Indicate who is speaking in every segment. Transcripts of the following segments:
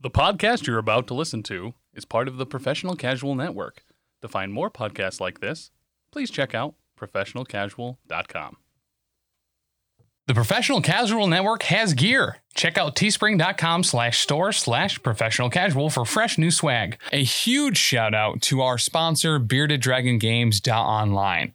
Speaker 1: The podcast you're about to listen to is part of the Professional Casual Network. To find more podcasts like this, please check out professionalcasual.com. The Professional Casual Network has gear. Check out teespring.com slash store slash professional casual for fresh new swag. A huge shout out to our sponsor, Bearded Dragon Games Online.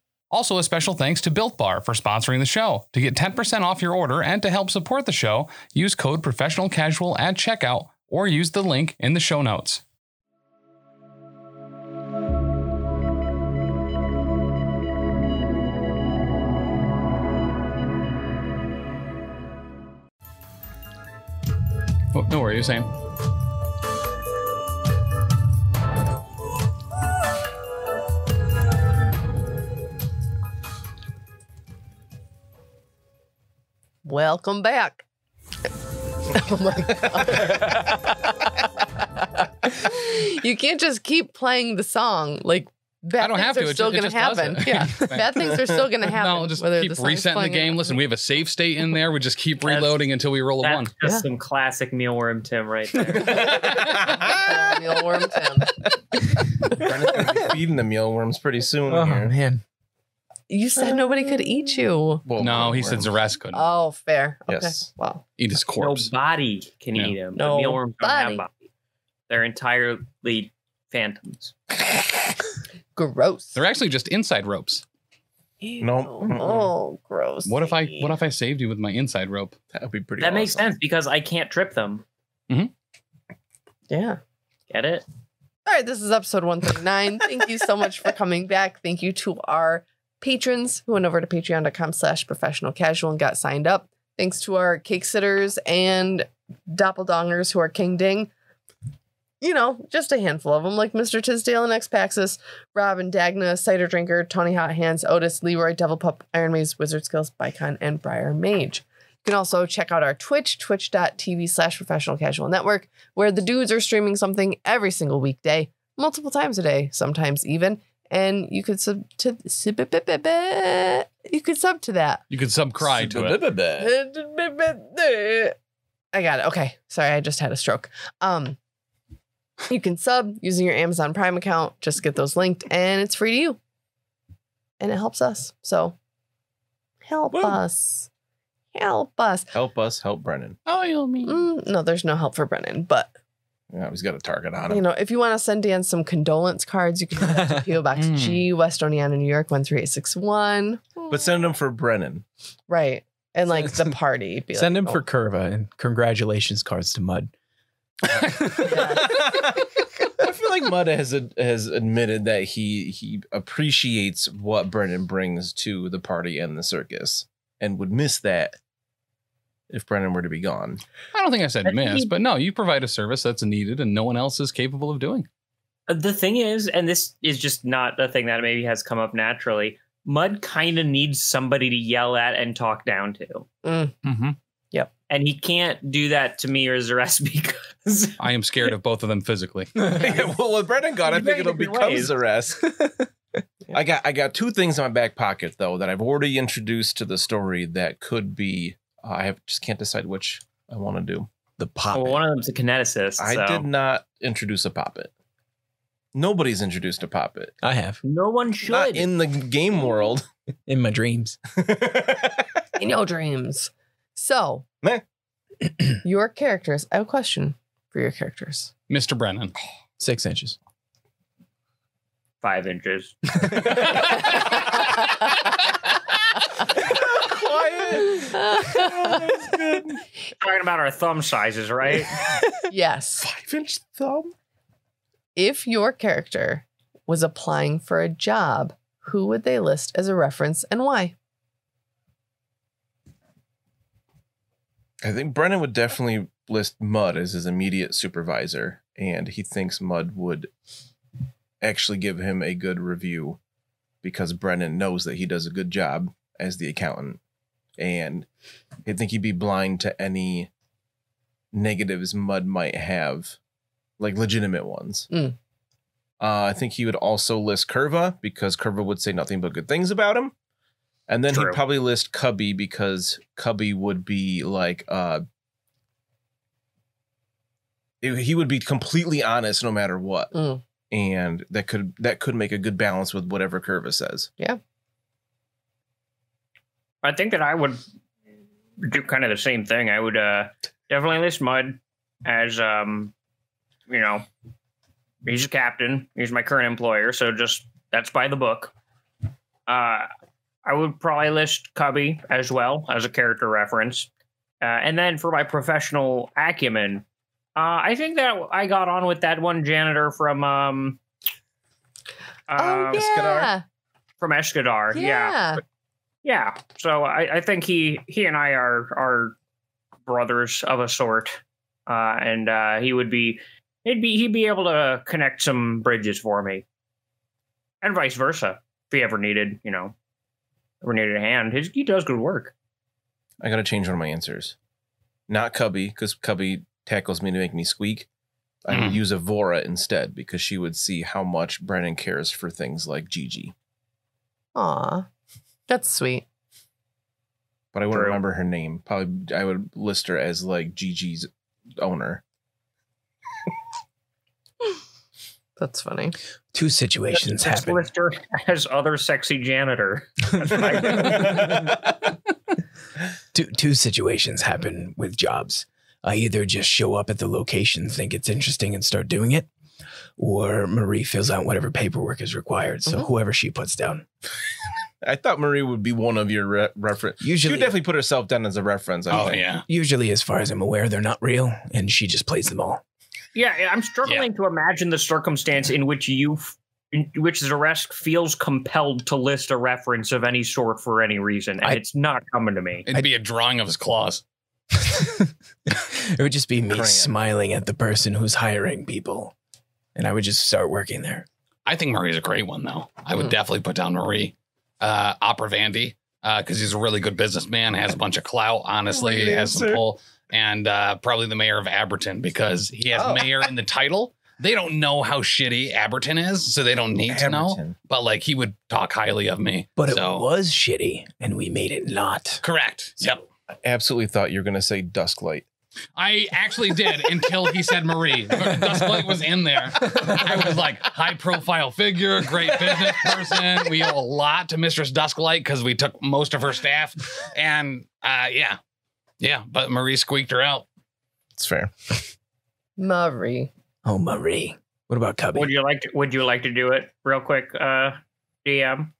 Speaker 1: Also, a special thanks to Built Bar for sponsoring the show. To get 10% off your order and to help support the show, use code professional casual at checkout or use the link in the show notes. Oh, no worries, Sam.
Speaker 2: Welcome back. oh my god. you can't just keep playing the song. Like bad
Speaker 1: I don't
Speaker 2: things
Speaker 1: have
Speaker 2: are
Speaker 1: to, it
Speaker 2: still
Speaker 1: ju- it
Speaker 2: gonna
Speaker 1: just does
Speaker 2: happen.
Speaker 1: it.
Speaker 2: Yeah. bad things are still gonna happen.
Speaker 1: No, just
Speaker 2: whether
Speaker 1: keep
Speaker 2: song's
Speaker 1: resetting the
Speaker 2: playing or
Speaker 1: game.
Speaker 2: not.
Speaker 1: Listen, we have a save state in there. We just keep reloading until we roll a one.
Speaker 3: That's just
Speaker 2: Yeah.
Speaker 3: some classic mealworm Tim right there.
Speaker 2: Oh, Neil Wormtown.
Speaker 4: Brennan's gonna be feeding the mealworms pretty soon
Speaker 1: Uh-huh.
Speaker 4: here.
Speaker 5: man.
Speaker 2: You said nobody could eat you.
Speaker 4: Well,
Speaker 1: No, he said
Speaker 4: mealworms.
Speaker 1: Zaraz couldn't
Speaker 2: Oh, fair. Okay.
Speaker 4: Yes.
Speaker 2: Wow.
Speaker 1: eat his corpse.
Speaker 3: Nobody can
Speaker 1: Yeah.
Speaker 3: eat them.
Speaker 2: No
Speaker 3: The mealworms don't
Speaker 2: body.
Speaker 3: have body. They're entirely phantoms.
Speaker 2: Gross.
Speaker 1: They're actually just inside ropes.
Speaker 2: Ew.
Speaker 4: Nope.
Speaker 2: Oh, gross.
Speaker 1: What if I what if I saved you with my inside rope?
Speaker 4: That would be pretty.
Speaker 3: That makes
Speaker 4: awesome.
Speaker 3: sense because I can't trip them.
Speaker 2: Yeah.
Speaker 3: Get it?
Speaker 2: All right, this is episode 139. Thank you so much for coming back. Thank you to our patrons who went over to patreon.com slash professional casual and got signed up. Thanks to our cake sitters and doppeldongers who are King Ding. You know, just a handful of them, like Mr. Tisdale and X Paxis, Rob and Dagna, Cider Drinker, Tony Hot Hands, Otis, Leroy, Devil Pup, Iron Maze, Wizard Skills, Bicon, and Briar Mage. You can also check out our Twitch, twitch.tv slash professional casual network where the dudes are streaming something every single weekday, multiple times a day, sometimes even. And you could sub to sub- you could sub to that.
Speaker 1: You could subcry to it.
Speaker 4: Ba-ba-ba.
Speaker 2: I got it. Okay. Sorry, I just had a stroke. Um you can sub using your Amazon Prime account, just get those linked and it's free to you. And it helps us. So help
Speaker 4: Woo.
Speaker 2: us. Help us.
Speaker 4: Help us, help Brennan.
Speaker 1: Oh, you mean?
Speaker 2: Mm, no, there's no help for Brennan, but
Speaker 4: Yeah, he's got a target on
Speaker 2: You
Speaker 4: him.
Speaker 2: know, if you want to send Dan some condolence cards, you can do that to PO Box
Speaker 1: Mm.
Speaker 2: G, West Oneonta, New York one three eight six one.
Speaker 4: But send him for Brennan.
Speaker 2: right, and like the party. Be
Speaker 5: Send
Speaker 2: like,
Speaker 5: him
Speaker 2: oh.
Speaker 5: for Curva and congratulations cards to Mud.
Speaker 4: I feel like Mudda has ad- has admitted that he he appreciates what Brennan brings to the party and the circus, and would miss that if Brennan were to be gone.
Speaker 1: I don't think I said miss, but no, you provide a service that's needed and no one else is capable of doing.
Speaker 3: Uh, The thing is, and this is just not a thing that maybe has come up naturally, Mud kind of needs somebody to yell at and talk down to.
Speaker 1: Mm-hmm.
Speaker 3: And he can't do that to me or Zares because
Speaker 1: I am scared of both of them physically.
Speaker 4: well, with Brennan gone, I
Speaker 3: You
Speaker 4: think
Speaker 3: made
Speaker 4: it'll
Speaker 3: it your
Speaker 4: become
Speaker 3: ways.
Speaker 4: Zares. I got I got two things in my back pocket though that I've already introduced to the story that could be uh, I have just can't decide which I want to do.
Speaker 5: The pop.
Speaker 3: well, one of them's a kineticist. so.
Speaker 4: I did not introduce a poppet. Nobody's introduced a poppet.
Speaker 5: I have
Speaker 3: No one should.
Speaker 4: Not in the game world.
Speaker 5: in my dreams.
Speaker 2: "Oh, in your dreams. So,
Speaker 4: Meh.
Speaker 2: your characters. I have a question for your characters.
Speaker 1: Mr. Brennan.
Speaker 5: Six inches.
Speaker 3: Five inches. Talking about our thumb sizes, right?
Speaker 2: yes.
Speaker 4: Five inch thumb.
Speaker 2: if your character was applying for a job, who would they list as a reference and why?
Speaker 4: I think Brennan would definitely list Mud as his immediate supervisor, and he thinks Mud would actually give him a good review because Brennan knows that he does a good job as the accountant. And I think he'd be blind to any negatives Mud might have, like legitimate ones.
Speaker 2: Mm.
Speaker 4: Uh, I think he would also list Curva because Curva would say nothing but good things about him. And then
Speaker 3: True.
Speaker 4: he'd probably list Cubby because Cubby would be like, uh, it- he would be completely honest no matter what
Speaker 2: Mm.
Speaker 4: and that could that could make a good balance with whatever Curva says.
Speaker 3: I think that I would do kind of the same thing. I would uh, definitely list Mud as, um, you know, he's a captain. He's my current employer, so just that's by the book. Uh, I would probably list Cubby as well as a character reference, uh, and then for my professional acumen, uh, I think that I got on with that one janitor from um,
Speaker 2: oh
Speaker 3: uh,
Speaker 2: yeah.
Speaker 4: Escadar?
Speaker 3: from Escadar. yeah.
Speaker 2: yeah.
Speaker 3: Yeah. So I, I think he he and I are are brothers of a sort, uh, and uh, he would be he'd be he'd be able to connect some bridges for me, and vice versa if he ever needed you know ever needed a hand. His, he does good work.
Speaker 4: I gotta change one of my answers. Not Cubby, because Cubby tackles me to make me squeak. I would
Speaker 1: Mm.
Speaker 4: use Avora instead because she would see how much Brennan cares for things like Gigi.
Speaker 2: Aw. That's sweet.
Speaker 4: But I wouldn't
Speaker 3: True.
Speaker 4: remember her name. Probably I would list her as like Gigi's owner.
Speaker 2: That's funny.
Speaker 5: Two situations
Speaker 3: Just
Speaker 5: happen.
Speaker 3: list her as other sexy janitor.
Speaker 5: two, two situations happen with jobs. I either just show up at the location, think it's interesting, and start doing it, or Marie fills out whatever paperwork is required. So
Speaker 2: Mhm.
Speaker 5: whoever she puts down,
Speaker 4: I thought Marie would be one of your re- reference. She
Speaker 5: usually,
Speaker 4: would definitely put herself down as a reference. I
Speaker 1: Oh
Speaker 4: think.
Speaker 1: yeah.
Speaker 5: usually, as far as I'm aware, they're not real, and she just plays them all.
Speaker 3: Yeah, yeah, I'm struggling to imagine the circumstance in which you. f- In which Zaresk feels compelled to list a reference of any sort for any reason, and
Speaker 5: I-
Speaker 3: it's not coming to me.
Speaker 1: It'd be a drawing of his claws.
Speaker 5: it would just be me
Speaker 4: Crayon.
Speaker 5: smiling at the person who's hiring people, and I would just start working there.
Speaker 1: I think Marie's a great one though. I would
Speaker 2: Mm.
Speaker 1: definitely put down Marie, uh, Opera Vandy, because he's a really good businessman, has a bunch of clout. Honestly,
Speaker 4: Good
Speaker 1: has some
Speaker 4: answer.
Speaker 1: pull, and uh, probably the mayor of Aberton because he has
Speaker 4: Oh.
Speaker 1: mayor in the title. They don't know how shitty Aberton is, so they
Speaker 4: Oh,
Speaker 1: don't need to know.
Speaker 4: Hamilton.
Speaker 1: But like, he would talk highly of me.
Speaker 5: But
Speaker 1: so.
Speaker 5: it was shitty, and we made it not.
Speaker 1: correct. Yep.
Speaker 4: I absolutely thought you were gonna say Dusklight.
Speaker 1: I actually did until he said Marie. Dustplate was in there. I was like, high profile figure, great business person. We owe a lot to Mistress Dusklight because we took most of her staff. And uh, yeah, yeah, but Marie squeaked her out.
Speaker 4: It's fair.
Speaker 2: Marie.
Speaker 5: Oh, Marie. What about Cubby?
Speaker 3: Would you like to would you like to do it real quick, uh DM?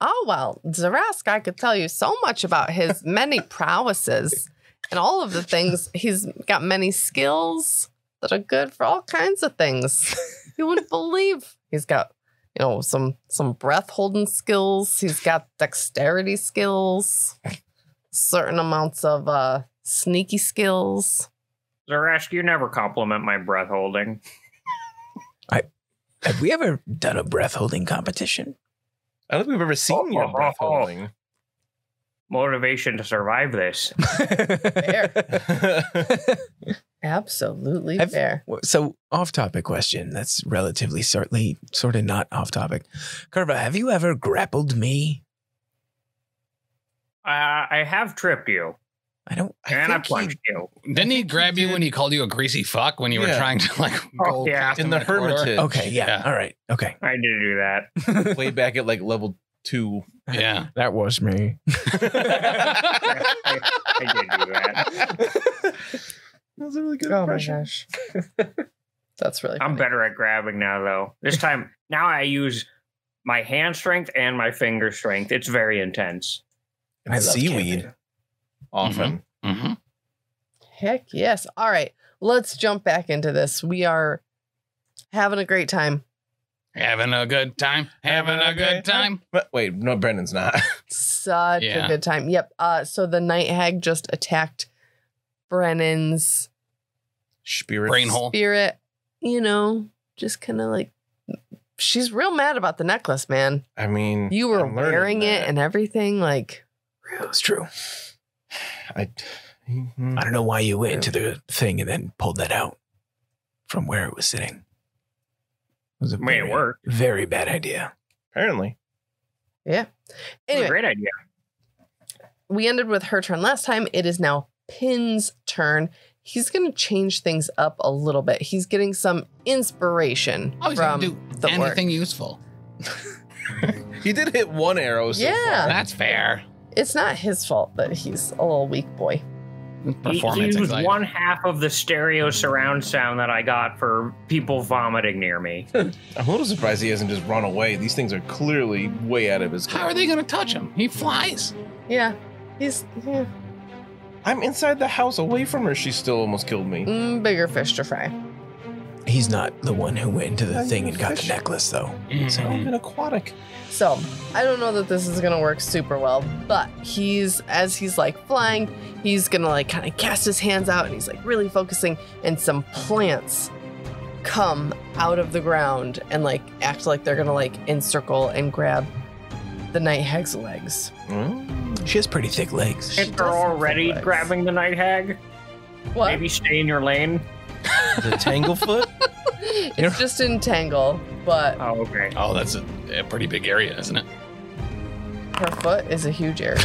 Speaker 2: Oh well, Zarask, I could tell you so much about his many prowesses and all of the things. He's got many skills that are good for all kinds of things. You wouldn't believe he's got, you know, some some breath holding skills. He's got dexterity skills, certain amounts of uh sneaky skills.
Speaker 3: Zarask, you never compliment my breath holding.
Speaker 5: Have we ever done a breath holding competition?
Speaker 4: I don't think we've ever seen
Speaker 3: Oh,
Speaker 4: your
Speaker 3: oh,
Speaker 4: breath
Speaker 3: oh.
Speaker 4: holding.
Speaker 3: Motivation to survive this.
Speaker 2: Absolutely
Speaker 5: Have-
Speaker 2: fair.
Speaker 5: so, off topic question that's relatively certainly sort of not off topic. Curva, have you ever grappled me?
Speaker 3: Uh, I have tripped you
Speaker 5: I don't.
Speaker 3: and I,
Speaker 4: think he-
Speaker 3: plunged you.
Speaker 1: Didn't he grab you when he called you a greasy fuck when you were
Speaker 4: Yeah.
Speaker 1: trying to like go
Speaker 3: Oh, yeah.
Speaker 1: past him
Speaker 4: in the
Speaker 1: corridor?
Speaker 4: hermitage.
Speaker 5: Okay, yeah,
Speaker 1: Yeah.
Speaker 5: All right. Okay.
Speaker 3: I did do that.
Speaker 4: way back at like level two.
Speaker 1: Yeah.
Speaker 5: That was me.
Speaker 3: I, I did do that.
Speaker 4: that was a really good
Speaker 2: Oh my
Speaker 4: impression.
Speaker 2: gosh. That's really
Speaker 3: I'm
Speaker 2: funny.
Speaker 3: better at grabbing now though. This time now I use my hand strength and my finger strength. It's very intense.
Speaker 5: And I love
Speaker 4: Seaweed.
Speaker 5: camping.
Speaker 4: Often.
Speaker 1: hmm
Speaker 2: Heck yes. All right. Let's jump back into this. We are having a great time.
Speaker 1: Having a good time. Having a good time.
Speaker 4: But wait, no, Brendan's not.
Speaker 2: Such
Speaker 1: Yeah.
Speaker 2: a good time. Yep. Uh so the night hag just attacked Brennan's
Speaker 4: Spirit.
Speaker 1: Brain hole.
Speaker 2: spirit, you know, just kind of like she's real mad about the necklace, man.
Speaker 4: I mean,
Speaker 2: You were
Speaker 4: I'm learning
Speaker 2: wearing it
Speaker 4: that.
Speaker 2: and everything. Like,
Speaker 5: It's true.
Speaker 4: I, Mhm.
Speaker 5: I don't know why you went into the thing and then pulled that out from where it was sitting. It was a
Speaker 3: I mean, it
Speaker 5: very-
Speaker 3: worked.
Speaker 5: Very bad idea.
Speaker 4: apparently.
Speaker 3: It was
Speaker 2: anyway,
Speaker 3: a great idea.
Speaker 2: we ended with her turn last time. It is now Pin's turn. He's going to change things up a little bit. He's getting some inspiration
Speaker 1: I was
Speaker 2: from
Speaker 1: going to Oh, do
Speaker 2: the work.
Speaker 1: anything useful.
Speaker 4: He did hit one arrow. So
Speaker 2: Yeah.
Speaker 1: That's fair.
Speaker 2: It's not his fault that he's a little weak boy.
Speaker 3: He, he
Speaker 1: Performance
Speaker 3: was
Speaker 1: anxiety.
Speaker 3: one half of the stereo surround sound that I got for people vomiting near me.
Speaker 4: I'm a little surprised he hasn't just run away. These things are clearly way out of his.
Speaker 1: How are they going to touch him? He flies.
Speaker 2: Yeah. He's yeah.
Speaker 4: I'm inside the house, away from her. She still almost killed me.
Speaker 2: Mm, bigger fish to fry.
Speaker 5: He's not the one who went into the
Speaker 4: I'm
Speaker 5: thing
Speaker 4: a
Speaker 5: and got
Speaker 4: fish.
Speaker 5: the necklace, though.
Speaker 3: Mm-hmm.
Speaker 4: It's not
Speaker 1: Mm.
Speaker 4: even aquatic.
Speaker 2: So I don't know that this is gonna work super well, but he's as he's like flying, he's gonna like kind of cast his hands out and he's like really focusing, and some plants come out of the ground and like act like they're gonna like encircle and grab the night hag's legs.
Speaker 4: Mm.
Speaker 5: She has pretty thick legs.
Speaker 3: If they're
Speaker 2: doesn't
Speaker 3: already
Speaker 2: flex.
Speaker 3: grabbing the night hag,
Speaker 2: What?
Speaker 3: maybe stay in your lane.
Speaker 4: The tanglefoot.
Speaker 2: It's just entangle, but
Speaker 3: Oh, okay.
Speaker 6: Oh, that's a, a pretty big area, isn't it?
Speaker 2: her foot is a huge area.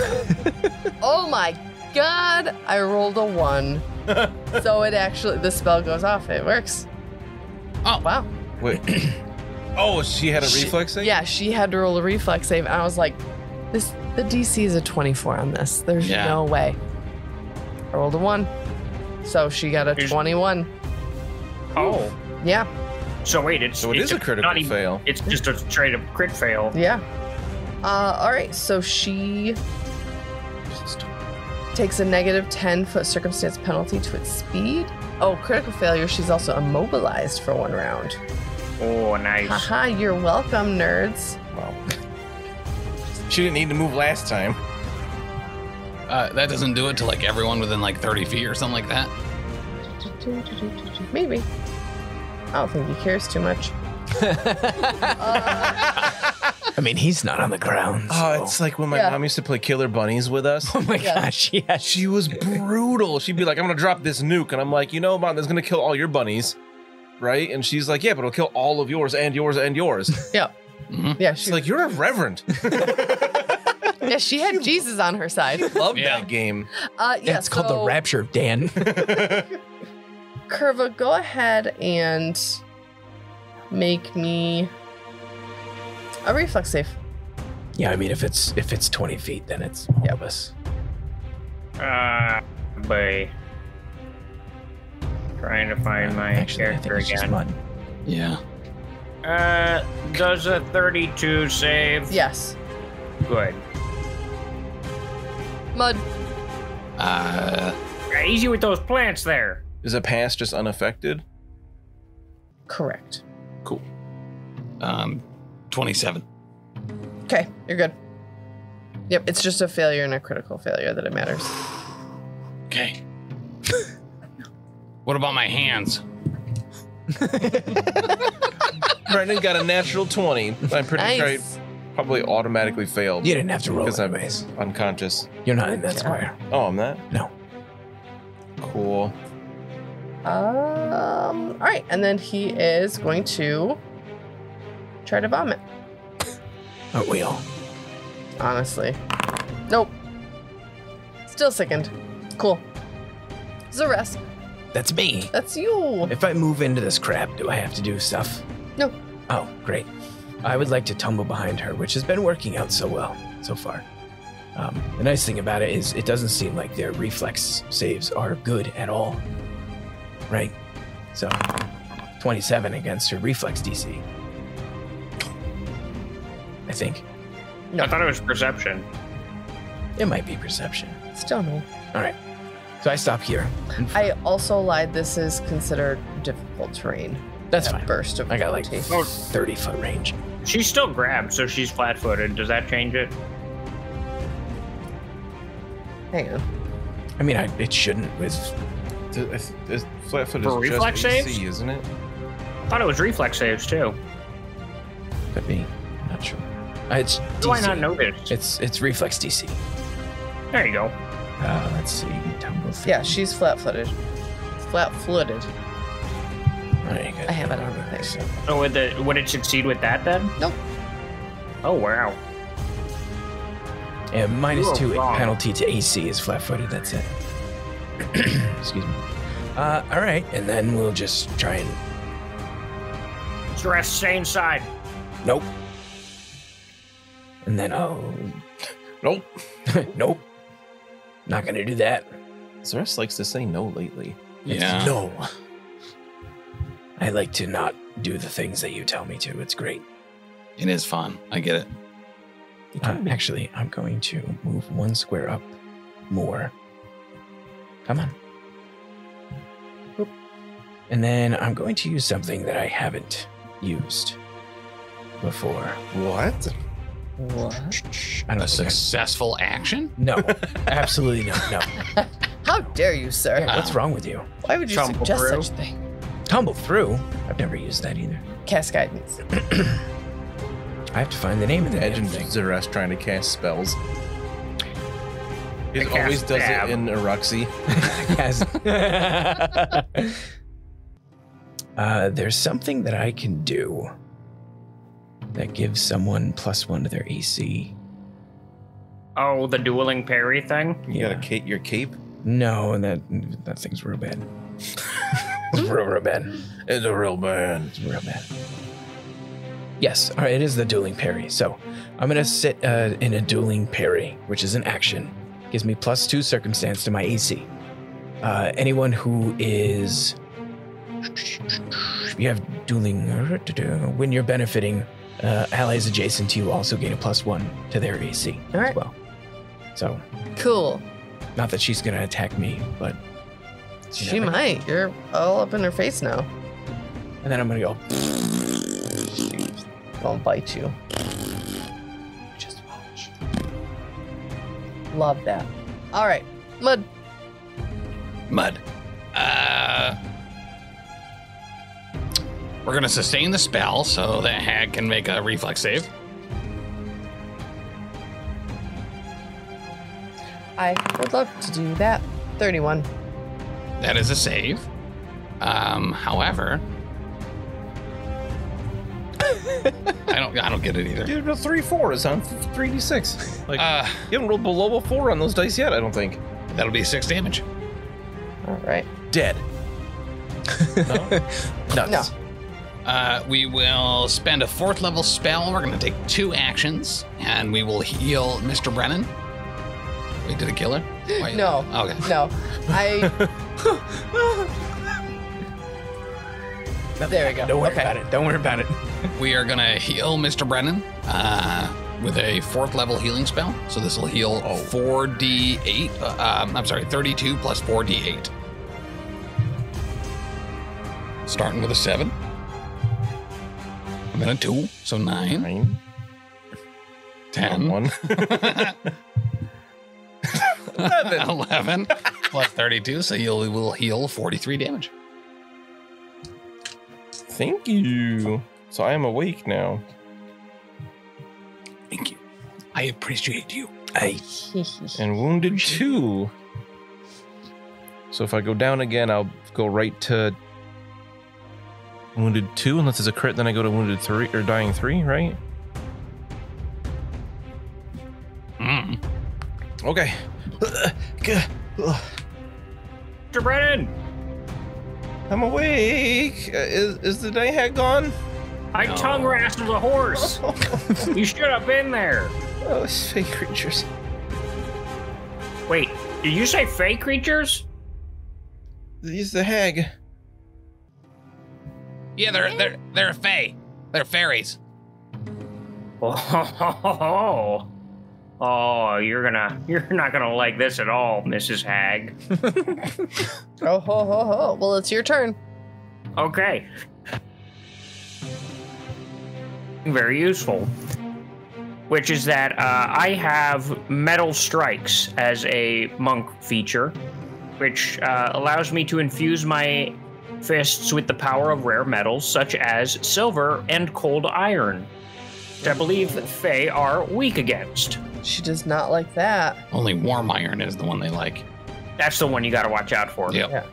Speaker 2: oh my god! I rolled a one. so it actually, the spell goes off. It works.
Speaker 1: Oh.
Speaker 2: Wow.
Speaker 4: Wait. Oh, she had a
Speaker 2: She-
Speaker 4: reflex thing.
Speaker 2: Yeah, she had to roll a reflex save, and I was like, this, the DC is a 24 on this. There's
Speaker 1: Yeah.
Speaker 2: no way. I rolled a one. So she got a
Speaker 3: Is-
Speaker 2: 21.
Speaker 3: Oh,
Speaker 2: Yeah,
Speaker 3: so wait, it's
Speaker 4: So it
Speaker 3: it's
Speaker 4: is a critical
Speaker 3: not even-
Speaker 4: fail.
Speaker 3: It's just a straight up crit fail.
Speaker 2: yeah. Uh, all right, so she takes a negative 10 foot circumstance penalty to its speed. Oh, critical failure. She's also immobilized for one round.
Speaker 3: Oh, nice.
Speaker 2: Haha, you're welcome, nerds.
Speaker 4: Wow. She didn't need to move last time.
Speaker 1: Uh, that doesn't do it to like everyone within like 30 feet or something like that.
Speaker 2: Maybe. I don't think he cares too much. Uh,
Speaker 5: I mean, he's not on the ground.
Speaker 4: Oh,
Speaker 5: so-
Speaker 4: it's like when my
Speaker 2: Yeah.
Speaker 4: mom used to play killer bunnies with us.
Speaker 5: oh my
Speaker 2: Yeah.
Speaker 5: gosh, yeah.
Speaker 4: She was brutal. She'd be like, I'm gonna drop this nuke. And I'm like, you know, mom, that's gonna kill all your bunnies. Right? And she's like, Yeah, but it'll kill all of yours and yours and yours.
Speaker 1: Mhm.
Speaker 2: yeah,
Speaker 4: She's
Speaker 2: she,
Speaker 4: like, You're a reverend.
Speaker 2: yeah, she had Jesus on her side.
Speaker 4: Love
Speaker 1: Yeah.
Speaker 4: that game.
Speaker 2: Uh, yeah,
Speaker 5: it's called the
Speaker 2: so,
Speaker 5: Rapture, Dan.
Speaker 2: Curva, go ahead and make me a reflex save.
Speaker 5: yeah, I mean, if it's if it's twenty feet, then it's all of us.
Speaker 3: Uh, boy. Trying to find my
Speaker 5: Actually, I
Speaker 3: character
Speaker 5: think it's just
Speaker 3: again.
Speaker 5: mine.
Speaker 1: Yeah.
Speaker 3: Uh, does a 32 save?
Speaker 2: Yes.
Speaker 3: Good.
Speaker 2: Mud.
Speaker 1: Uh,
Speaker 3: Yeah, easy with those plants there.
Speaker 4: Is a pass just unaffected?
Speaker 2: Correct.
Speaker 1: um, 27.
Speaker 2: Okay, you're good. Yep, it's just a failure and a critical failure that it matters.
Speaker 1: Okay. what about my hands?
Speaker 4: Brendan got a natural 20. I'm pretty sure he
Speaker 2: Nice.
Speaker 4: probably automatically failed.
Speaker 5: You didn't have to roll
Speaker 4: Because I'm
Speaker 5: anyways.
Speaker 4: unconscious.
Speaker 5: You're not in that
Speaker 2: Yeah.
Speaker 5: square.
Speaker 4: Oh, I'm not?
Speaker 5: No.
Speaker 4: Cool.
Speaker 2: Um. All right, and then he is going to try to bomb it.
Speaker 5: Aren't we all?
Speaker 2: Honestly, nope. Still sickened. Cool. Zaresk,
Speaker 5: That's me.
Speaker 2: that's you.
Speaker 5: If I move into this crab, do I have to do stuff?
Speaker 2: No.
Speaker 5: Oh, great. I would like to tumble behind her, which has been working out so well so far. Um, the nice thing about it is it doesn't seem like their reflex saves are good at all. Right? So, 27 against her reflex DC. I think.
Speaker 2: No.
Speaker 3: I thought it was perception.
Speaker 5: It might be perception.
Speaker 2: Still no.
Speaker 5: So I stop here.
Speaker 2: I also lied. This is considered difficult terrain.
Speaker 5: That's
Speaker 2: That
Speaker 5: fine.
Speaker 2: Burst of
Speaker 5: I got like
Speaker 2: forty.
Speaker 5: 30 foot range.
Speaker 3: She's still grabbed, so she's flat footed. Does that change it?
Speaker 2: Hang on.
Speaker 5: I mean, I, it shouldn't with
Speaker 4: Flat foot
Speaker 3: For
Speaker 4: is
Speaker 3: reflex
Speaker 4: just
Speaker 3: saves?
Speaker 4: AC, isn't it?
Speaker 3: I thought it was reflex saves too.
Speaker 5: Could be. I'm not sure. Uh, It's
Speaker 3: How do I
Speaker 5: DC.
Speaker 3: not know this?
Speaker 5: It's it's reflex DC.
Speaker 3: There you go.
Speaker 5: Uh, let's see. Tumble.
Speaker 2: Yeah, she's flat footed. Flat footed.
Speaker 5: There you go.
Speaker 2: I have it on my thing.
Speaker 3: So would the would it succeed with that then?
Speaker 2: Nope.
Speaker 3: Oh wow.
Speaker 5: Yeah, minus
Speaker 3: You are
Speaker 5: two
Speaker 3: wrong.
Speaker 5: penalty to AC is flat-footed. That's it. Excuse me. Uh, all right, and then we'll just try and
Speaker 3: Stress same side.
Speaker 5: nope, and then oh, nope, nope. Not gonna do that.
Speaker 4: Zeres likes to say no lately.
Speaker 1: Yeah.
Speaker 5: No. I like to not do the things that you tell me to. It's great.
Speaker 1: It is fun. I get it.
Speaker 5: Uh, actually, I'm going to move one square up more. Come on. Oop. And then I'm going to use something that I haven't used before.
Speaker 4: What?
Speaker 2: What?
Speaker 5: I don't
Speaker 1: A
Speaker 5: think I-
Speaker 1: successful action?
Speaker 5: No, absolutely not. No.
Speaker 2: How dare you, sir?
Speaker 5: Yeah, what's wrong with you?
Speaker 2: Why would you
Speaker 3: Trump
Speaker 2: suggest
Speaker 3: brew.
Speaker 2: such a thing?
Speaker 5: Tumble through. I've never used that either.
Speaker 2: Cast guidance.
Speaker 5: I have to find the name of the damn
Speaker 4: Imagine
Speaker 5: thing.
Speaker 4: Zeres trying to cast spells.
Speaker 3: I
Speaker 4: He
Speaker 3: cast
Speaker 4: always does
Speaker 3: stab.
Speaker 4: it in Eroxy.
Speaker 5: Yes. uh, there's something that I can do that gives someone plus one to their E AC.
Speaker 3: Oh, the dueling parry thing.
Speaker 4: You gotta cape your cape.
Speaker 5: No, and that that thing's real bad. it's real, real bad.
Speaker 4: It's a real man.
Speaker 5: It's real bad. Yes, all right, it is the dueling parry. So I'm gonna sit uh, in a dueling parry, which is an action. Gives me plus two circumstance to my AC. Uh, anyone who is you have dueling when you're benefiting uh, allies adjacent to you also gain a plus one to their AC
Speaker 2: All
Speaker 5: as
Speaker 2: right.
Speaker 5: well. So
Speaker 2: Cool.
Speaker 5: not that she's gonna attack me, but
Speaker 2: She might. You're all up in her face now.
Speaker 5: and then I'm gonna go.
Speaker 2: I'll bite you.
Speaker 5: Just watch.
Speaker 2: Love that. All right. Mud.
Speaker 1: Mud. Uh, we're going to sustain the spell so that Hag can make a reflex save.
Speaker 2: I would love to do that. 31.
Speaker 1: That is a save. Um, however, I don't. I don't get it either.
Speaker 4: Dude, a three four is on three d six. Like
Speaker 1: Uh,
Speaker 4: you haven't rolled below a four on those dice yet. I don't think.
Speaker 1: that'll be six damage.
Speaker 2: All right.
Speaker 4: Dead.
Speaker 2: No.
Speaker 1: Uh, we will spend a fourth level spell. We're going to take two actions, and we will heal Mr. Brennan. We did a killer. Wait.
Speaker 2: No.
Speaker 1: Okay.
Speaker 2: No. I. there we go.
Speaker 5: Don't worry
Speaker 2: okay.
Speaker 5: about it. Don't worry about it.
Speaker 1: We are going to heal Mr. Brennan uh, with a fourth level healing spell. So this will heal 4d8. Uh, um, I'm sorry, 32 plus 4d8. Starting with a 7. And then a 2. So
Speaker 3: Hmm?
Speaker 1: 9.
Speaker 4: Nine.
Speaker 1: 10.
Speaker 4: One.
Speaker 1: 11 plus 32. So you will heal 43 damage.
Speaker 4: Thank you. So I am awake now.
Speaker 1: Thank you. I appreciate you.
Speaker 5: I
Speaker 4: and wounded two. So if I go down again, I'll go right to wounded two, unless it's a crit. Then I go to wounded three or dying three, right?
Speaker 1: Mm.
Speaker 4: Okay.
Speaker 3: Mr. Brennan,
Speaker 4: I'm awake. Uh, Is is the night hat gone?
Speaker 3: I
Speaker 1: No.
Speaker 3: tongue wrestled a horse. you should have been there.
Speaker 4: Oh, it's fake creatures.
Speaker 3: Wait, did you say fake creatures?
Speaker 4: He's the hag.
Speaker 1: Yeah, they're they're they're a fae. They're fairies.
Speaker 3: Oh, oh, you're gonna, you're not gonna like this at all, Mrs. Hag.
Speaker 2: Oh, ho, ho, ho. Well, it's your turn.
Speaker 3: Okay. Very useful. Which is that uh, I have metal strikes as a monk feature, which uh, allows me to infuse my fists with the power of rare metals such as silver and cold iron. which I believe Fae are weak against.
Speaker 2: She does not like that.
Speaker 1: Only warm iron is the one they like.
Speaker 3: That's the one you got to watch out for.
Speaker 1: Yep.
Speaker 2: Yeah.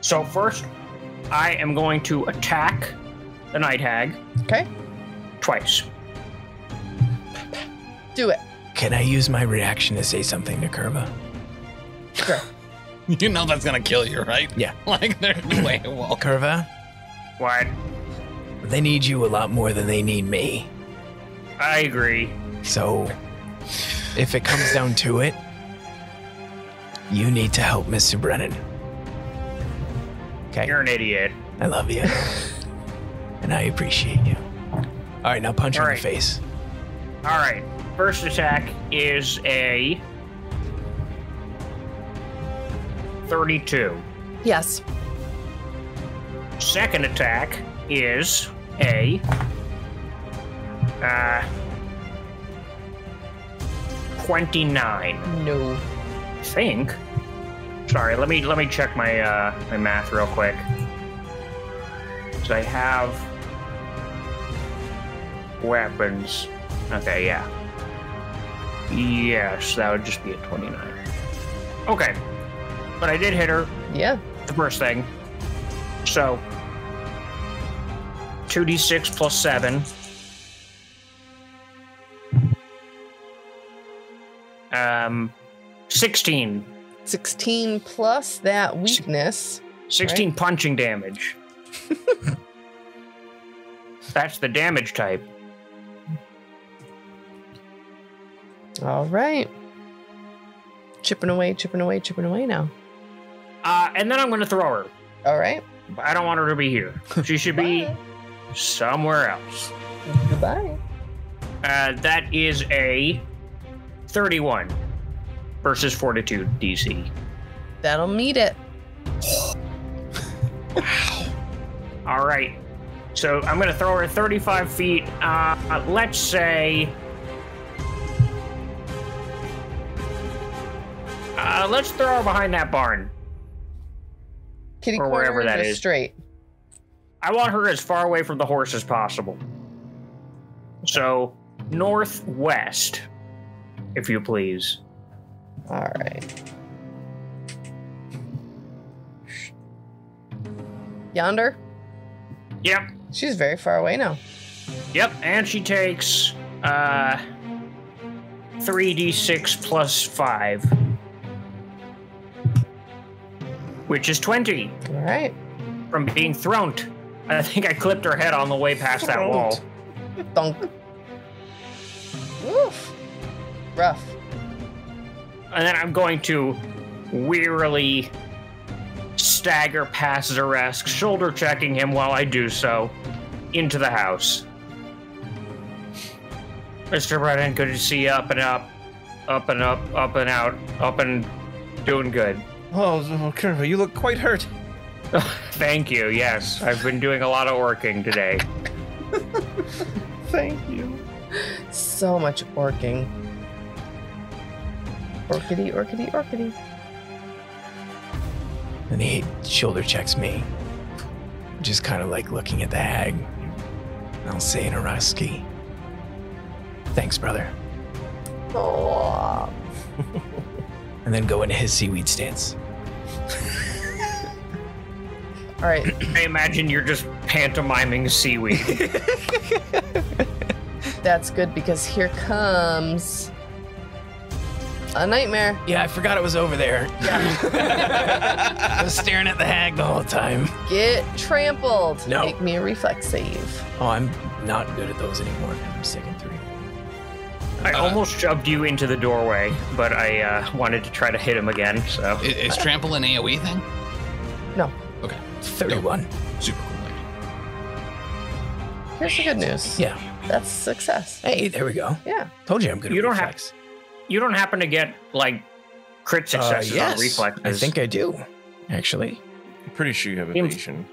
Speaker 3: So first, I am going to attack the Night Hag
Speaker 2: Okay.
Speaker 3: twice.
Speaker 2: Do it.
Speaker 5: Can I use my reaction to say something to Kerva?
Speaker 1: You know that's gonna kill you, right?
Speaker 5: Yeah.
Speaker 1: Like there's no way it won't.
Speaker 5: Kerva,
Speaker 3: What?
Speaker 5: they need you a lot more than they need me.
Speaker 3: I agree.
Speaker 5: So, if it comes down to it, you need to help Mr. Brennan. Okay?
Speaker 3: You're an idiot.
Speaker 5: I love you. and I appreciate you. All right, now punch her in
Speaker 3: All right.
Speaker 5: the face.
Speaker 3: All right. First attack is a 32.
Speaker 2: Yes.
Speaker 3: Second attack is a uh 29.
Speaker 2: No.
Speaker 3: think. Sorry, let me let me check my uh, my math real quick. So I have weapons. Okay, yeah. Yes, that would just be a twenty-nine. Okay, but I did hit her
Speaker 2: Yeah.
Speaker 3: the first thing. So two d six plus seven. Um, sixteen.
Speaker 2: 16 plus that weakness.
Speaker 3: 16 punching damage. That's the damage type.
Speaker 2: All right. Chipping away, chipping away, chipping away now.
Speaker 3: Uh, and then I'm going to throw her.
Speaker 2: All right.
Speaker 3: But I don't want her to be here. She should be
Speaker 2: Bye.
Speaker 3: somewhere else.
Speaker 2: Goodbye.
Speaker 3: Uh, that is a 31 versus Fortitude DC.
Speaker 2: That'll meet it.
Speaker 3: All right. So I'm going to throw her 35 feet. Uh, uh, let's say. Uh, let's throw her behind that barn.
Speaker 2: Kitty
Speaker 3: Or
Speaker 2: corner
Speaker 3: wherever
Speaker 2: and
Speaker 3: that
Speaker 2: just
Speaker 3: is.
Speaker 2: straight.
Speaker 3: I want her as far away from the horse as possible. So, northwest, if you please.
Speaker 2: All right. Yonder.
Speaker 3: Yep,
Speaker 2: She's very far away now.
Speaker 3: yep. And she takes uh, 3d6 plus 5, which is 20
Speaker 2: All right.
Speaker 3: from being thrown. I think I clipped her head on the way past that wall.
Speaker 2: Donk. Oof. Rough.
Speaker 3: And then I'm going to wearily stagger past Zaresk, shoulder checking him while I do so, into the house. Mr. Brennan, good to see you up and up, up and up, up and out, up and doing good.
Speaker 4: Oh, Kerva, you look quite hurt.
Speaker 3: Thank you, yes. I've been doing a lot of working today.
Speaker 4: Thank you.
Speaker 2: So much orking. Orkity, orkity, orkity.
Speaker 5: And he shoulder checks me. Just kind of like looking at the hag. I'll say in a rusky. Thanks, brother.
Speaker 2: Oh,
Speaker 5: And then go into his seaweed stance.
Speaker 2: All right.
Speaker 3: I imagine you're just pantomiming seaweed.
Speaker 2: That's good because here comes a nightmare.
Speaker 5: Yeah, I forgot it was over there. I was staring at the hag the whole time.
Speaker 2: Get trampled.
Speaker 5: No.
Speaker 2: Make me a reflex save.
Speaker 5: Oh, I'm not good at those anymore. I'm sick and three.
Speaker 3: I almost shoved you into the doorway, but I uh, wanted to try to hit him again, so.
Speaker 1: I- Is trample an AoE thing?
Speaker 2: No.
Speaker 1: Okay.
Speaker 5: 31.
Speaker 1: Super cool.
Speaker 2: Here's the good news.
Speaker 5: Yeah.
Speaker 2: That's success.
Speaker 5: Hey, there we go.
Speaker 2: Yeah.
Speaker 5: Told you I'm good
Speaker 3: You
Speaker 5: at
Speaker 3: don't have-
Speaker 5: reflex.
Speaker 3: You don't happen to get like crit successes
Speaker 5: Uh, yes,
Speaker 3: on reflexes.
Speaker 5: I think I do, actually.
Speaker 4: I'm pretty sure you have
Speaker 3: Seems-
Speaker 4: evasion.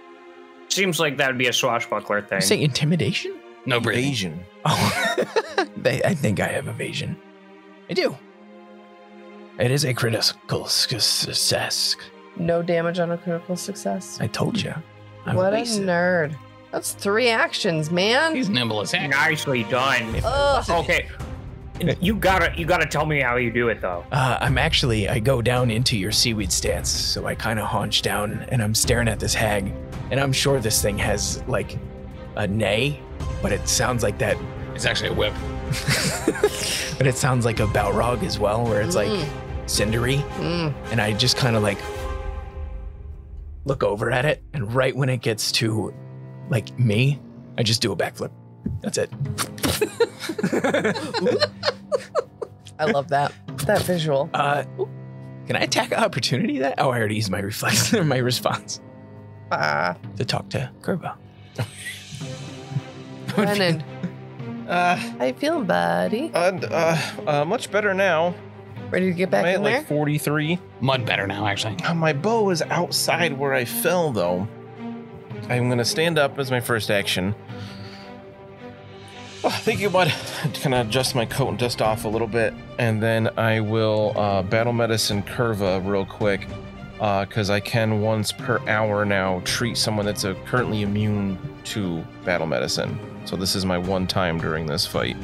Speaker 3: seems like that would be a swashbuckler thing.
Speaker 5: You say intimidation?
Speaker 1: No breathing.
Speaker 4: Evasion.
Speaker 5: Oh, they, I think I have evasion. I do. It is a critical su- success.
Speaker 2: No damage on a critical success.
Speaker 5: I told you. I'm
Speaker 2: what a
Speaker 5: basic.
Speaker 2: nerd. That's three actions, man.
Speaker 1: He's nimble as heck.
Speaker 3: Nicely done.
Speaker 2: Ugh.
Speaker 3: Okay. You gotta you gotta tell me how you do it though.
Speaker 5: Uh, I'm actually, I go down into your seaweed stance, so I kind of haunch down and I'm staring at this hag, and I'm sure this thing has like a neigh, but it sounds like that,
Speaker 1: It's actually a whip.
Speaker 5: but it sounds like a Balrog as well, where it's like cindery,
Speaker 2: Mm.
Speaker 5: and I just kind of like look over at it, and right when it gets to like me, I just do a backflip. That's it.
Speaker 2: I love that. That visual.
Speaker 5: Uh, can I attack an opportunity? That oh, I already used my reflex or my response
Speaker 2: Ah,
Speaker 5: to talk to Kerbal.
Speaker 2: Brennan,
Speaker 4: Uh,
Speaker 2: how you feeling, buddy?
Speaker 4: and, uh, uh, much better now.
Speaker 2: Ready to get back
Speaker 4: I'm at
Speaker 2: in
Speaker 4: like
Speaker 2: there?
Speaker 4: 43.
Speaker 1: Mud better now, actually.
Speaker 4: Uh, my bow is outside where I fell, though. I'm gonna stand up as my first action. Oh, Well, thinking about kind of adjust my coat and dust off a little bit, and then I will uh, battle medicine curva real quick, because I can once per hour now treat someone that's uh, currently immune to battle medicine. So this is my one time during this fight.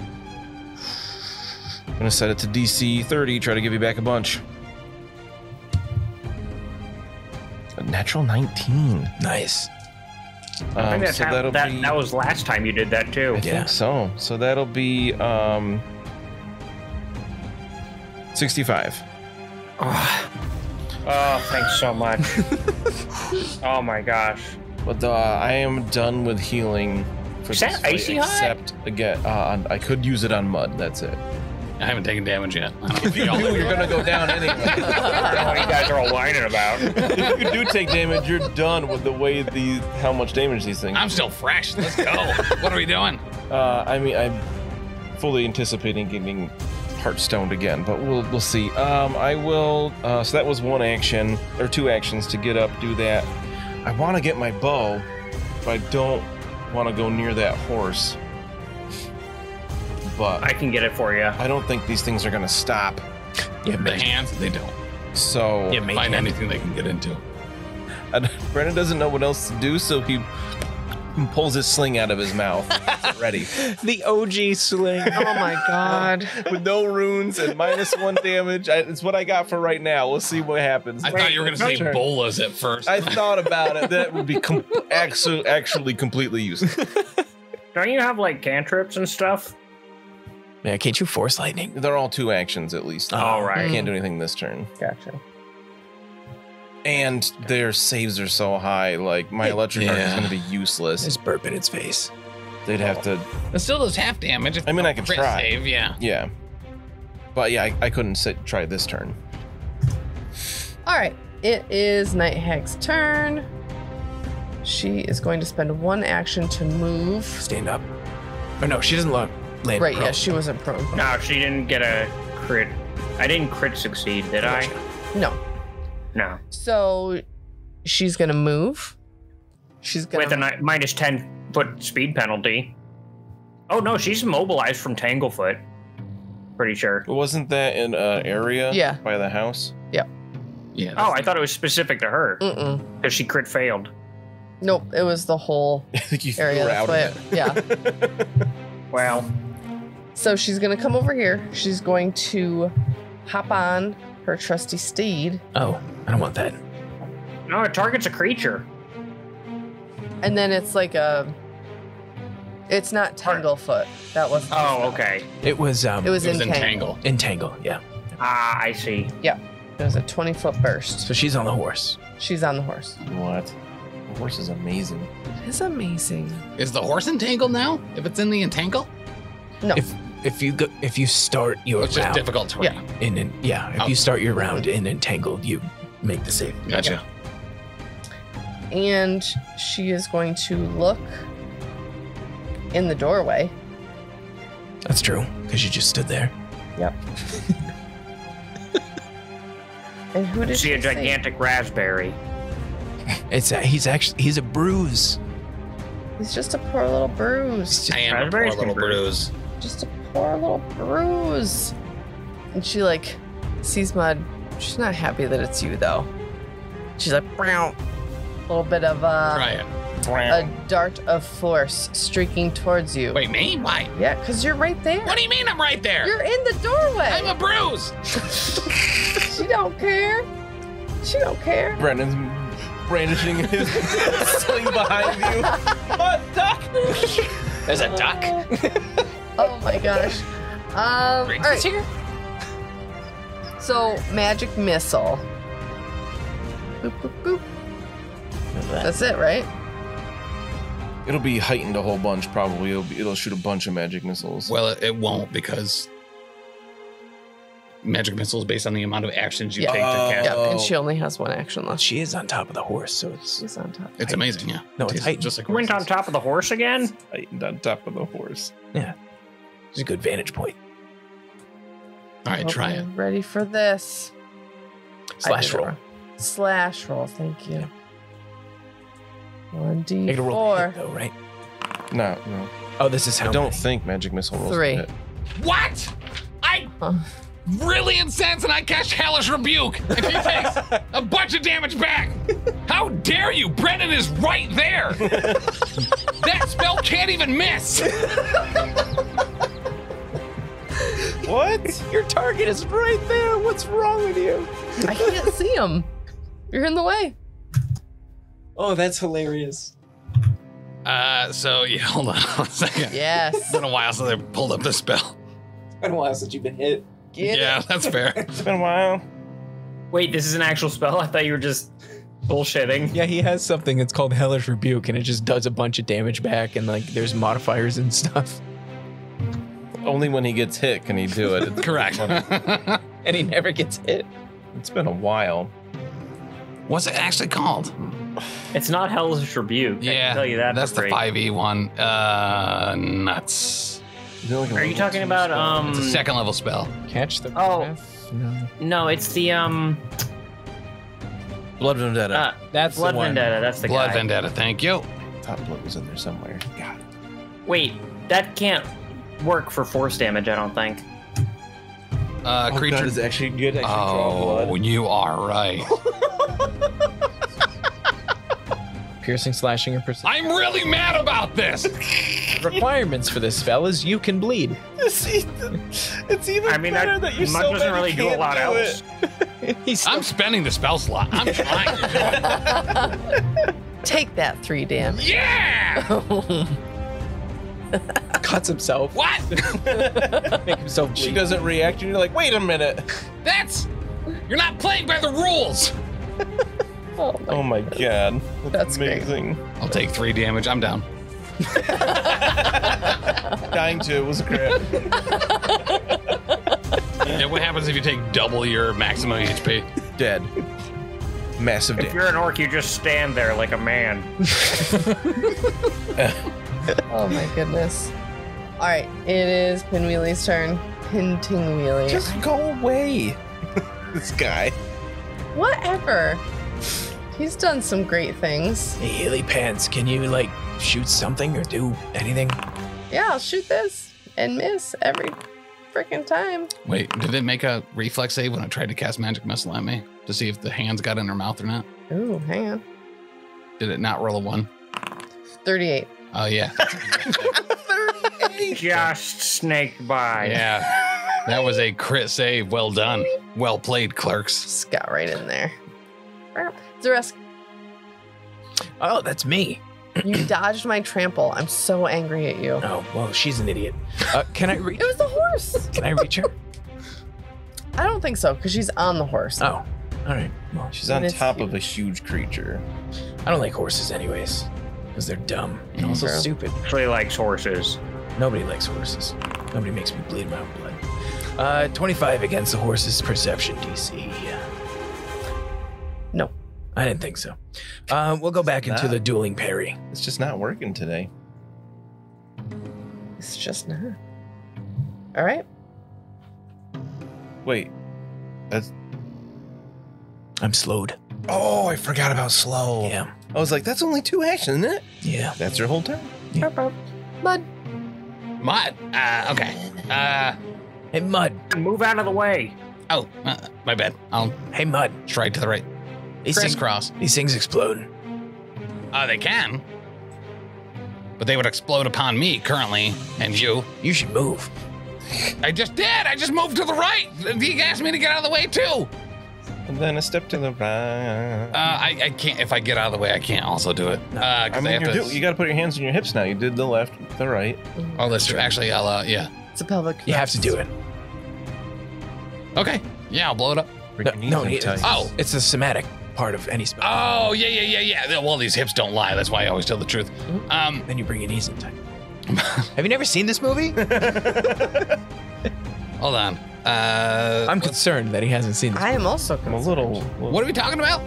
Speaker 4: I'm gonna set it to DC 30. Try to give you back a bunch. A natural 19.
Speaker 5: Nice.
Speaker 3: I
Speaker 4: Um,
Speaker 3: think that's
Speaker 4: so
Speaker 3: how-
Speaker 4: that'll
Speaker 3: that,
Speaker 4: be.
Speaker 3: that was last time you did that
Speaker 4: I
Speaker 3: too.
Speaker 5: Yeah.
Speaker 4: think so. So that'll be um, 65.
Speaker 3: Oh, thanks so much. oh my gosh.
Speaker 4: But uh, I am done with healing. For
Speaker 3: Is
Speaker 4: this
Speaker 3: that
Speaker 4: fight,
Speaker 3: icy hot?
Speaker 4: except again, uh, on- I could use it on mud. That's it.
Speaker 1: I haven't taken damage yet. I don't know if
Speaker 4: If you
Speaker 1: y'all-
Speaker 4: do, you're gonna go down anyway.
Speaker 3: I don't know what you guys are all whining about.
Speaker 4: if you do take damage, you're done with the way these how much damage these things.
Speaker 1: I'm still fresh. Let's go. what are we doing?
Speaker 4: Uh, I mean, I'm fully anticipating getting Heartstoned again, but we'll we'll see. Um, I will. Uh, so that was one action or two actions to get up, do that. I want to get my bow, but I don't want to go near that horse. But
Speaker 3: I can get it for you.
Speaker 4: I don't think these things are gonna stop.
Speaker 5: Yeah,
Speaker 1: The
Speaker 5: man.
Speaker 1: hands, they don't
Speaker 4: So
Speaker 5: Yeah, man.
Speaker 1: find anything they can get into.
Speaker 4: I- Brennan doesn't know what else to do, so he pulls his sling out of his mouth, ready
Speaker 5: The OG sling.
Speaker 2: Oh my god.
Speaker 4: with no runes and minus one damage. I, it's what I got for right now. We'll see what happens.
Speaker 1: I thought you were going to say
Speaker 4: Sure.
Speaker 1: bolas at first.
Speaker 4: I thought about it. That would be com- actually, actually completely useless.
Speaker 3: Don't you have like cantrips and stuff?
Speaker 5: Man, can't you force lightning?
Speaker 4: They're all two actions at least.
Speaker 3: All
Speaker 4: I
Speaker 3: right.
Speaker 4: can't do anything this turn.
Speaker 5: Gotcha.
Speaker 4: And their saves are so high. Like my electric arc is
Speaker 1: Yeah.
Speaker 4: going to be useless.
Speaker 5: Just burp in its face.
Speaker 4: They'd have to.
Speaker 1: It still does half damage. If
Speaker 4: I mean, I could
Speaker 1: crit
Speaker 4: try.
Speaker 1: Save, yeah.
Speaker 4: Yeah. But yeah, I, I couldn't sit, try this turn.
Speaker 2: All right. It is Night Hag's turn. She is going to spend one action to move.
Speaker 5: Stand up. Oh no, she doesn't look. Land
Speaker 2: Right,
Speaker 5: prone.
Speaker 2: yeah, she wasn't prone.
Speaker 3: No, she didn't get a crit. I didn't crit succeed, did I?
Speaker 2: No.
Speaker 3: No.
Speaker 2: So she's going to move. She's going
Speaker 3: With a
Speaker 2: to.
Speaker 3: ni- minus 10 foot speed penalty. Oh no, she's immobilized from Tanglefoot. Pretty sure.
Speaker 4: Wasn't that in uh, area?
Speaker 2: Yeah.
Speaker 4: By the house.
Speaker 1: Yeah.
Speaker 3: Oh, I thought it was specific to her
Speaker 2: Mm-mm.
Speaker 3: because she crit failed.
Speaker 2: Nope, it was the whole
Speaker 4: I think you threw
Speaker 2: area.
Speaker 4: her
Speaker 2: That's
Speaker 4: out of
Speaker 2: why
Speaker 4: it.
Speaker 2: it, yeah.
Speaker 3: Well,
Speaker 2: So she's going to come over here. She's going to hop on her trusty steed.
Speaker 5: Oh, I don't want that.
Speaker 3: no, it targets a creature.
Speaker 2: And then it's like a. It's not Tanglefoot. That wasn't.
Speaker 3: Oh, okay.
Speaker 5: It was um.
Speaker 2: It was,
Speaker 1: it was
Speaker 2: entangled.
Speaker 1: entangle.
Speaker 5: entangle. Yeah.
Speaker 3: Ah, I see.
Speaker 2: It was a 20 foot burst.
Speaker 5: So she's on the horse.
Speaker 2: She's on the horse.
Speaker 4: What? The horse is amazing.
Speaker 2: It's amazing.
Speaker 1: Is the horse entangled now? If it's in the entangle,
Speaker 5: If you go, if you start your
Speaker 1: it's just
Speaker 5: round
Speaker 1: difficult terrain.
Speaker 5: in, an, yeah, if
Speaker 1: Oh.
Speaker 5: you start your round in entangled, you make the save.
Speaker 1: Gotcha.
Speaker 2: And she is going to look in the doorway.
Speaker 5: That's true, because you just stood there.
Speaker 2: And who did
Speaker 3: see
Speaker 2: she
Speaker 3: a gigantic raspberry.
Speaker 5: It's a, he's actually he's a bruise.
Speaker 2: Say? He's just a poor little bruise.
Speaker 5: It's just-
Speaker 1: I am a poor
Speaker 3: Raspberries
Speaker 1: little
Speaker 3: can bruise.
Speaker 1: bruise.
Speaker 2: Just a poor little bruise. And she like sees mud. She's not happy that it's you though. She's like, Brow. a little bit of uh,
Speaker 1: Try it.
Speaker 2: a dart of force streaking towards you.
Speaker 1: Wait, me? Why?
Speaker 2: Yeah, because you're right there.
Speaker 1: What do you mean I'm right there?
Speaker 2: You're in the doorway.
Speaker 1: I'm a bruise.
Speaker 2: she don't care. She don't care.
Speaker 4: Brennan's brandishing his sling behind you. What, Doc?
Speaker 1: There's a duck.
Speaker 2: Oh my gosh. Um, all
Speaker 1: Briggs is
Speaker 2: right.
Speaker 1: here.
Speaker 2: So magic missile. Boop, boop, boop. That's it, right?
Speaker 4: It'll be heightened a whole bunch, probably. It'll, be, it'll shoot a bunch of magic missiles.
Speaker 1: Well, it, it won't because magic missile is based on the amount of actions you
Speaker 2: Yeah.
Speaker 1: take to cast.
Speaker 2: Yeah,
Speaker 1: it.
Speaker 4: Oh.
Speaker 2: and she only has one action left.
Speaker 5: She is on top of the horse, so it's
Speaker 2: She's on top.
Speaker 1: It's amazing, yeah.
Speaker 5: no, it's heightened.
Speaker 1: just like
Speaker 3: Went on
Speaker 1: horses.
Speaker 3: top of the horse again.
Speaker 4: Heightened on top of the horse.
Speaker 5: It's a good vantage point.
Speaker 1: All right, try
Speaker 2: Okay,
Speaker 1: it.
Speaker 2: Ready for this? I
Speaker 5: Slash
Speaker 2: did it
Speaker 5: roll.
Speaker 2: wrong. Slash roll. Thank you. One d
Speaker 5: Make it a roll
Speaker 2: four.
Speaker 5: to hit, though, right?
Speaker 4: No, no.
Speaker 5: Oh, this is how.
Speaker 4: I don't
Speaker 5: many.
Speaker 4: think magic missile rolls.
Speaker 2: Three.
Speaker 4: hit.
Speaker 1: What? I
Speaker 2: Huh.
Speaker 1: really incensed and I cast Hellish Rebuke. And he takes a bunch of damage back. How dare you? Brennan is right there. that spell can't even miss.
Speaker 4: What?
Speaker 5: Your target is right there. What's wrong with you?
Speaker 2: I can't see him. You're in the way.
Speaker 5: Oh, that's hilarious.
Speaker 1: Uh, so yeah, hold on a second. It's
Speaker 2: Yes.
Speaker 1: been a while since I pulled up this spell.
Speaker 5: It's been a while since you've been hit.
Speaker 2: Get
Speaker 1: yeah,
Speaker 2: it.
Speaker 1: that's fair.
Speaker 4: It's been a while.
Speaker 3: Wait, this is an actual spell. I thought you were just bullshitting.
Speaker 5: Yeah, he has something. It's called Hellish Rebuke, and it just does a bunch of damage back, and like there's modifiers and stuff.
Speaker 4: Only when he gets hit can he do it.
Speaker 1: Correct.
Speaker 5: And he never gets hit.
Speaker 4: It's been a while.
Speaker 1: What's it actually called?
Speaker 3: It's not Hell's rebuke. I
Speaker 1: Yeah,
Speaker 3: can tell you that.
Speaker 1: That's
Speaker 3: for
Speaker 1: the
Speaker 3: free.
Speaker 1: five E one. Uh, nuts.
Speaker 4: Is it like a
Speaker 3: Are you
Speaker 4: level
Speaker 3: talking
Speaker 4: two
Speaker 3: about
Speaker 4: spell?
Speaker 3: um?
Speaker 1: It's a second level spell.
Speaker 5: Catch the
Speaker 3: Oh.
Speaker 5: breath? No.
Speaker 3: No, it's the um.
Speaker 4: Blood Vendetta?
Speaker 3: Uh,
Speaker 5: That's
Speaker 3: Blood
Speaker 5: the one.
Speaker 3: Vendetta. That's the
Speaker 1: Blood
Speaker 3: guy.
Speaker 1: Vendetta. Thank you.
Speaker 4: Top blood was in there somewhere. God.
Speaker 3: Wait, that can't work for force damage. I don't think.
Speaker 1: Uh,
Speaker 4: Oh,
Speaker 1: creature.
Speaker 4: God, is it actually good. Actually draw
Speaker 1: oh,
Speaker 4: blood.
Speaker 1: you are right.
Speaker 5: Piercing, slashing, and
Speaker 1: I'm
Speaker 5: perception.
Speaker 1: really mad about this.
Speaker 5: Requirements for this spell is you can bleed.
Speaker 4: it's even
Speaker 3: I mean, that Muck doesn't really do a lot else.
Speaker 5: He's
Speaker 1: I'm spending the spell slot. I'm trying.
Speaker 2: Take that three damage.
Speaker 1: yeah.
Speaker 5: cuts himself.
Speaker 1: What?
Speaker 5: Make himself bleed.
Speaker 4: She doesn't react, and you're like, wait a minute.
Speaker 1: That's. You're not playing by the rules.
Speaker 2: Oh my
Speaker 4: Oh my god.
Speaker 2: That's great.
Speaker 4: amazing.
Speaker 1: I'll take three damage. I'm down.
Speaker 4: Dying to it was a crap.
Speaker 1: Yeah, what happens if you take double your maximum HP?
Speaker 4: Dead. Massive
Speaker 3: If you're an orc, you just stand there like a man.
Speaker 2: Oh my goodness. All right, it is Pinwheelie's turn. Pintingwheelie.
Speaker 4: Just go away. this guy.
Speaker 2: Whatever. He's done some great things.
Speaker 5: Hey, Haley Pants, can you like shoot something or do anything?
Speaker 2: Yeah, I'll shoot this and miss every freaking time.
Speaker 1: Wait, did it make a reflex save when I tried to cast magic missile at me to see if the hands got in her mouth or not?
Speaker 2: Ooh, hang on.
Speaker 1: Did it not roll a one?
Speaker 2: 38.
Speaker 1: Oh yeah,
Speaker 3: Just snake by.
Speaker 1: yeah. That was a crit save. Well done. Well played, clerks.
Speaker 2: Just got right in there. Zeresk,
Speaker 5: Oh, that's me.
Speaker 2: you dodged my trample. I'm so angry at you.
Speaker 5: Oh, well, she's an idiot. Uh, can I reach?
Speaker 2: It was the horse.
Speaker 5: Can I reach her?
Speaker 2: I don't think so because she's on the horse.
Speaker 5: Oh, all right. Well,
Speaker 4: She's on
Speaker 2: Miss
Speaker 4: top
Speaker 2: you.
Speaker 4: of a huge creature.
Speaker 5: I don't like horses, anyways, because they're dumb and also
Speaker 2: True.
Speaker 5: stupid.
Speaker 3: Actually likes horses.
Speaker 5: Nobody likes horses. Nobody makes me bleed my own blood. Uh, 25 against the horse's perception DC.
Speaker 2: No.
Speaker 5: I didn't think so. Uh, we'll go back into
Speaker 4: Nah.
Speaker 5: the dueling parry.
Speaker 4: It's just not working today.
Speaker 2: It's just not. All right.
Speaker 4: Wait. That's.
Speaker 5: I'm slowed.
Speaker 4: Oh, I forgot about slow.
Speaker 5: Yeah.
Speaker 4: I was like, that's only two actions, isn't it?
Speaker 5: Yeah.
Speaker 4: That's your whole turn.
Speaker 2: Mud.
Speaker 1: My, uh, okay. Uh,
Speaker 5: Hey, Mud.
Speaker 3: Move out of the way.
Speaker 1: oh, uh, my bad. I'll
Speaker 5: Hey, Mud.
Speaker 1: stride to the right.
Speaker 5: These things,
Speaker 1: Crisscross.
Speaker 5: these things explode.
Speaker 1: Oh, they can. but they would explode upon me currently and you.
Speaker 5: You should move.
Speaker 1: I just did. I just moved to the right. He asked me to get out of the way too.
Speaker 4: And then a step to the right.
Speaker 1: Uh, I, I can't. If I get out of the way, I can't also do it. Uh, 'cause
Speaker 4: I
Speaker 1: I
Speaker 4: mean,
Speaker 1: have
Speaker 4: you're
Speaker 1: to.
Speaker 4: do- you got to put your hands on your hips now. You did the left, the right.
Speaker 1: oh, that's true. Actually, I'll. Uh, yeah.
Speaker 2: It's a pelvic.
Speaker 5: You have to do it.
Speaker 1: Okay. Yeah, I'll blow it up.
Speaker 4: Break
Speaker 5: No,
Speaker 4: your knees
Speaker 5: no,
Speaker 4: in
Speaker 5: it-
Speaker 4: tight.
Speaker 1: Oh.
Speaker 5: It's the somatic part of any spell.
Speaker 3: Ah.
Speaker 1: Oh, yeah, yeah, yeah, yeah. Yeah, Well, these hips don't lie. That's why I always tell the truth. Um,
Speaker 5: then you bring your knees in tight. Have you never seen this movie?
Speaker 1: hold on. Uh,
Speaker 5: I'm concerned that he hasn't seen this.
Speaker 2: I am also
Speaker 4: I'm a
Speaker 2: concerned.
Speaker 4: little.
Speaker 1: what are we talking about?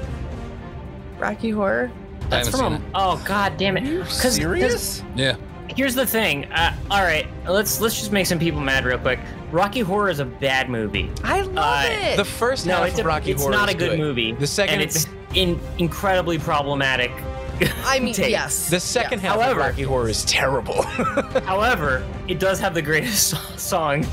Speaker 2: Rocky Horror.
Speaker 1: I
Speaker 6: That's
Speaker 1: haven't
Speaker 6: from
Speaker 1: seen
Speaker 3: Oh God damn it! Because
Speaker 4: serious?
Speaker 1: it. Yeah.
Speaker 3: here's the thing. Uh, all right, let's let's just make some people mad real quick. Rocky Horror is a bad movie.
Speaker 2: I love
Speaker 3: Uh,
Speaker 2: it.
Speaker 5: The first
Speaker 3: No,
Speaker 5: half
Speaker 3: it's,
Speaker 5: of
Speaker 3: a,
Speaker 5: Rocky
Speaker 3: it's
Speaker 5: Horror
Speaker 3: not
Speaker 5: is
Speaker 3: a good, movie.
Speaker 5: The second,
Speaker 3: and it's in, incredibly problematic.
Speaker 2: I mean,
Speaker 3: takes.
Speaker 2: yes.
Speaker 5: the second
Speaker 2: Yes.
Speaker 5: half
Speaker 3: However-
Speaker 5: of Rocky Horror is terrible.
Speaker 3: However, it does have the greatest so- song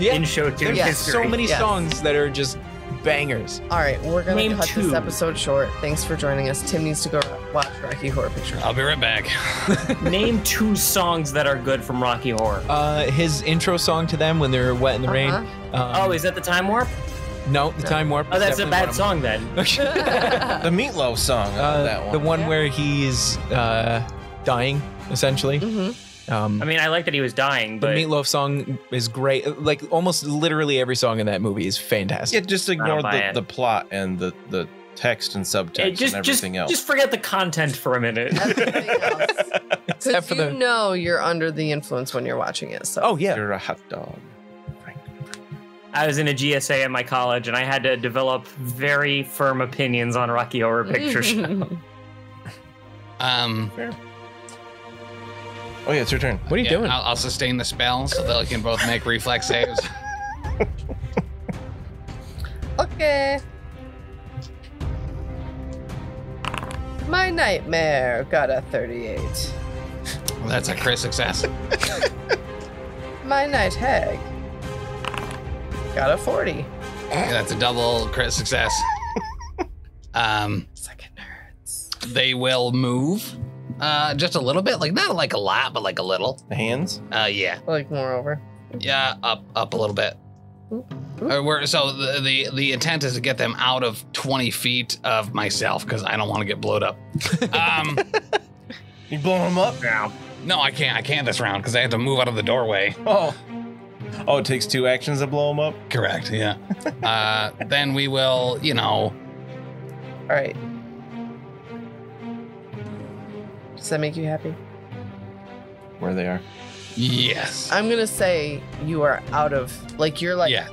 Speaker 5: yeah,
Speaker 3: in show two
Speaker 5: there's
Speaker 2: yes.
Speaker 3: history.
Speaker 5: so many
Speaker 2: Yes.
Speaker 5: songs that are just bangers.
Speaker 2: All right, we're gonna
Speaker 3: Name
Speaker 2: cut this
Speaker 3: two.
Speaker 2: episode short. Thanks for joining us. Tim needs to go watch Rocky Horror Picture. Show.
Speaker 1: I'll be right back.
Speaker 3: Name two songs that are good from Rocky Horror.
Speaker 5: Uh, his intro song to them when they're wet in the rain. Um,
Speaker 3: oh, is that the Time Warp?
Speaker 5: no, the time warp.
Speaker 3: Oh,
Speaker 5: is
Speaker 3: that's a bad
Speaker 5: definitely
Speaker 3: song then.
Speaker 5: one of them.
Speaker 4: The meatloaf song. I love
Speaker 5: Uh,
Speaker 4: that one.
Speaker 5: The one
Speaker 2: Yeah.
Speaker 5: where he's uh, dying, essentially. Um,
Speaker 3: I mean, I like that he was dying,
Speaker 5: the
Speaker 3: but
Speaker 5: Meatloaf song is great. Like almost literally every song in that movie is
Speaker 4: Yeah,
Speaker 5: fantastic.
Speaker 4: just ignore
Speaker 3: buy
Speaker 4: the,
Speaker 3: it.
Speaker 4: the plot and the, the text and subtext
Speaker 3: Hey, just
Speaker 4: and
Speaker 3: just
Speaker 4: everything else.
Speaker 3: just forget the content for a minute.
Speaker 2: Everything else.
Speaker 5: Except
Speaker 2: Because
Speaker 5: for
Speaker 2: you
Speaker 5: the-
Speaker 2: know you're under the influence when you're watching it. So
Speaker 5: Oh yeah.
Speaker 4: You're a hot dog.
Speaker 3: I was in a GSA at my college, and I had to develop very firm opinions on Rocky Horror Picture Show.
Speaker 1: Um,
Speaker 4: Oh, yeah, it's your turn.
Speaker 5: What are you
Speaker 1: yeah,
Speaker 5: doing?
Speaker 1: I'll, I'll sustain the spell so that I can both make reflex saves.
Speaker 2: okay. My nightmare got a 38.
Speaker 1: That's a crit success.
Speaker 2: My night hag got a 40.
Speaker 1: That's a double crit success. Um,
Speaker 2: Second nerds.
Speaker 1: they will move uh, just a little bit, like not like a lot, but like a little.
Speaker 4: The hands?
Speaker 1: Uh, yeah,
Speaker 2: Like moreover.
Speaker 1: yeah, up up a little bit. Uh, we're, so the, the the intent is to get them out of twenty feet of myself because I don't want to get blowed up. Um,
Speaker 4: You blowing them up?
Speaker 3: Now,
Speaker 1: no, I can't. I can't this round because I have to move out of the doorway.
Speaker 4: Oh. Oh, it takes two actions to blow them up?
Speaker 1: Correct. Yeah. Uh, then we will, you know,
Speaker 2: All right. Does that make you happy?
Speaker 4: Where they are.
Speaker 1: yes,
Speaker 2: I'm gonna say you are out of like you're like
Speaker 1: yeah,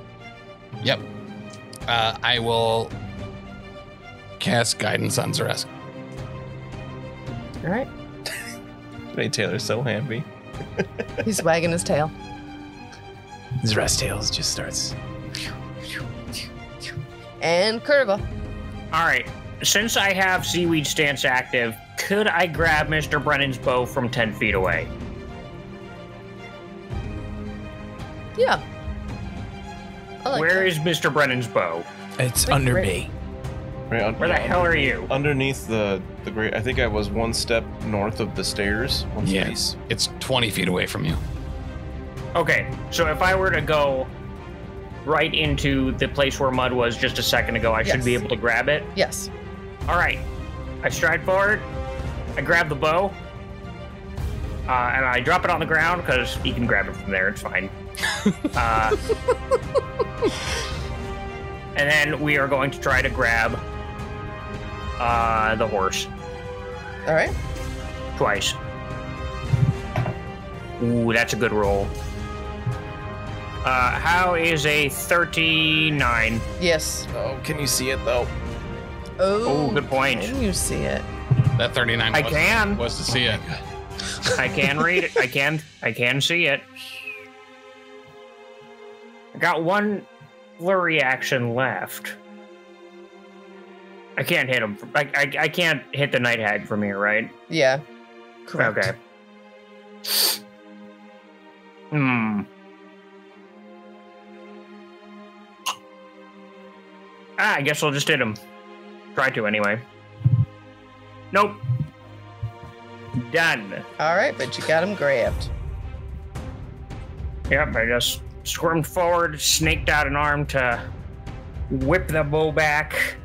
Speaker 1: yep. Uh, I will cast guidance on Zeresk.
Speaker 2: all right.
Speaker 4: Hey, Taylor's so happy.
Speaker 2: He's wagging his tail.
Speaker 5: Zrest Tales just starts.
Speaker 2: And Kurva.
Speaker 3: all right. Since I have seaweed stance active, could I grab Mr. Brennan's bow from ten feet away?
Speaker 2: Yeah. I like
Speaker 3: Where
Speaker 2: that.
Speaker 3: is Mr. Brennan's bow?
Speaker 5: It's
Speaker 2: Like
Speaker 5: under
Speaker 2: Rick-
Speaker 5: me.
Speaker 4: Right un-
Speaker 3: Where the hell are you?
Speaker 4: Underneath the, the great. I think I was one step north of the stairs. One
Speaker 1: Yes, it's twenty feet away from you.
Speaker 3: Okay, so if I were to go right into the place where mud was just a second ago, I should be
Speaker 2: Yes.
Speaker 3: able to grab it.
Speaker 2: Yes.
Speaker 3: All right, I stride forward. I grab the bow, uh, and I drop it on the ground because you can grab it from there. It's fine. uh, and then we are going to try to grab uh, the horse
Speaker 2: All right.
Speaker 3: twice. Ooh, that's a good roll. Uh, how is a thirty-nine?
Speaker 2: Yes.
Speaker 4: Oh, can you see it though?
Speaker 2: Oh,
Speaker 3: Oh, good point.
Speaker 2: Can you see it?
Speaker 1: That thirty-nine.
Speaker 3: I
Speaker 1: was-
Speaker 3: can.
Speaker 1: was to see it.
Speaker 3: I can read it. I can. I can see it. I got one flurry action left. I can't hit him. I, I, I can't hit the night hag from here, right?
Speaker 2: Yeah. Correct.
Speaker 3: Okay. Hmm. Ah, I guess I'll just hit him. Try to anyway. Nope. Done.
Speaker 2: All right, but you got him grabbed.
Speaker 3: Yep, I just squirmed forward, snaked out an arm to whip the bow back,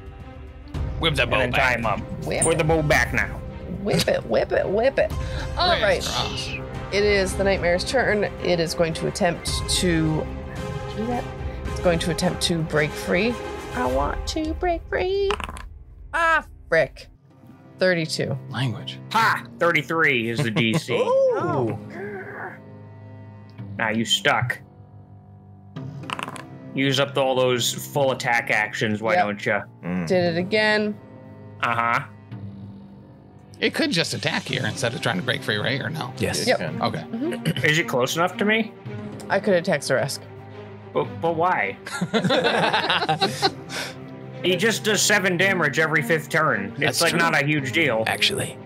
Speaker 1: Whip that
Speaker 3: and
Speaker 1: bow
Speaker 3: then tie
Speaker 1: back.
Speaker 3: him up.
Speaker 2: Whip
Speaker 3: With
Speaker 2: it,
Speaker 3: the bow back now.
Speaker 2: whip it, whip it, whip it. All right.
Speaker 1: Praise Ross.
Speaker 2: It is the nightmare's turn. It is going to attempt to do that. It's going to attempt to break free. I want to break free. Ah, frick. 32.
Speaker 4: Language.
Speaker 3: Ha! 33 is the DC.
Speaker 5: Oh,
Speaker 3: now you stuck. Use up all those full attack actions, why
Speaker 2: Yep.
Speaker 3: don't you?
Speaker 2: Did it again.
Speaker 3: Uh huh.
Speaker 1: It could just attack here instead of trying to break free, right? Or no?
Speaker 5: yes.
Speaker 2: Yep.
Speaker 1: Okay.
Speaker 3: Is it close enough to me?
Speaker 2: I could attack Zeresk.
Speaker 3: But, but why? he just does seven damage every fifth turn. It's
Speaker 5: That's
Speaker 3: like
Speaker 5: true.
Speaker 3: not a huge deal.
Speaker 5: Actually,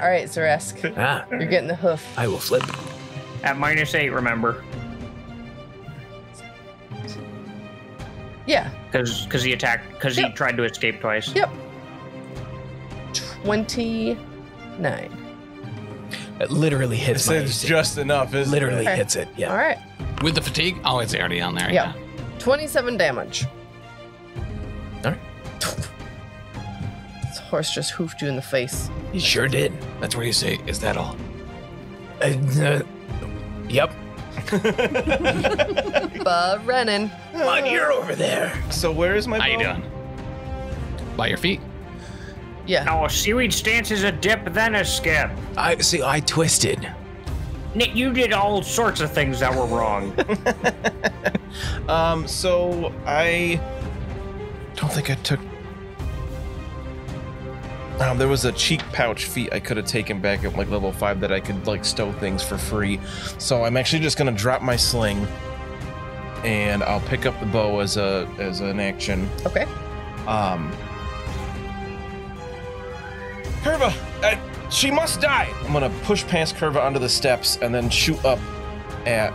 Speaker 2: All right, Zeresk.
Speaker 5: ah,
Speaker 2: You're getting the hoof.
Speaker 5: I will flip.
Speaker 3: At minus eight, remember,
Speaker 2: Yeah.
Speaker 3: because he attacked because he
Speaker 2: Yep.
Speaker 3: tried to escape twice.
Speaker 2: Yep. 29.
Speaker 5: It literally hits
Speaker 4: It's,
Speaker 5: my
Speaker 4: it's
Speaker 5: AC.
Speaker 4: just enough, isn't
Speaker 5: literally
Speaker 4: it?
Speaker 2: Okay.
Speaker 5: hits it.
Speaker 2: All
Speaker 5: Yeah.
Speaker 2: right.
Speaker 1: With the fatigue? Oh, it's already on there.
Speaker 2: Yeah. 27 damage.
Speaker 5: All right.
Speaker 2: This horse just hoofed you in the face.
Speaker 5: He sure did. That's where you say, "Is that all?" Uh, uh, yep.
Speaker 2: But Renan.
Speaker 5: Mud, you're over there.
Speaker 4: So where is my
Speaker 1: How you
Speaker 4: bow?
Speaker 1: doing? By your feet.
Speaker 2: Yeah.
Speaker 3: Oh, seaweed stance is a dip, then a skip.
Speaker 5: I see. I twisted.
Speaker 3: Nick, you did all sorts of things that were wrong.
Speaker 4: Um, so I don't think I took. Um, there was a cheek pouch feat I could have taken back at like level five that I could like stow things for free. So I'm actually just gonna drop my sling, and I'll pick up the bow as a as an action.
Speaker 2: Okay.
Speaker 4: Um, Curva, uh, she must die. I'm gonna push past Curva onto the steps and then shoot up at.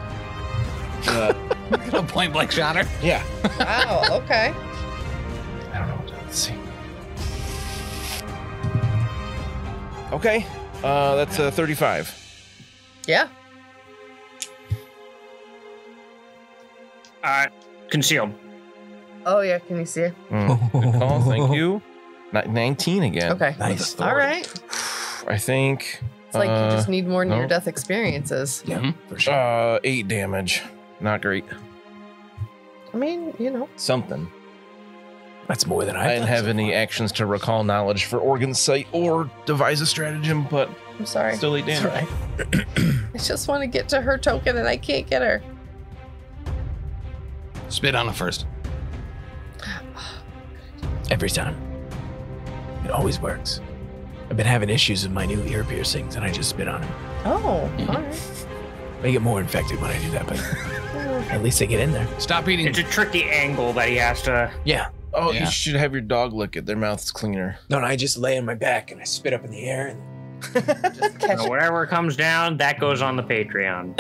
Speaker 4: Uh,
Speaker 1: A point blank shot her.
Speaker 4: yeah.
Speaker 2: Wow. Okay.
Speaker 4: I don't know. Let's see. Okay. Uh, that's uh, 35.
Speaker 2: Yeah.
Speaker 3: Uh, concealed.
Speaker 2: Oh, yeah. Can you see it?
Speaker 4: Oh, thank you. Not 19 again.
Speaker 2: Okay.
Speaker 5: Nice.
Speaker 2: All right.
Speaker 4: I think. uh,
Speaker 2: It's like you just need more
Speaker 4: no.
Speaker 2: near death experiences.
Speaker 5: Yeah, for sure.
Speaker 4: Uh, eight damage. Not great.
Speaker 2: I mean, you know.
Speaker 4: Something.
Speaker 5: That's more than I.
Speaker 4: I didn't have any actions to recall knowledge for organ sight or devise a stratagem, but
Speaker 2: I'm sorry.
Speaker 4: still e- eight
Speaker 2: It's
Speaker 4: damage.
Speaker 2: all right. I just want to get to her token and I can't get her.
Speaker 1: Spit on it first.
Speaker 5: Every time. It always works. I've been having issues with my new ear piercings, and I just spit on them.
Speaker 2: Oh,
Speaker 4: Mm-hmm.
Speaker 2: all right.
Speaker 5: They get more infected when I do that, but at least they get in there.
Speaker 1: Stop eating.
Speaker 3: It's a tricky angle that he has to.
Speaker 5: Yeah.
Speaker 4: Oh,
Speaker 1: Yeah.
Speaker 4: you should have your dog lick it. Their mouth's cleaner.
Speaker 5: No, no, I just lay on my back and I spit up in the air. And
Speaker 2: Just
Speaker 3: you
Speaker 2: catch
Speaker 3: know, whatever comes down, that goes on the Patreon.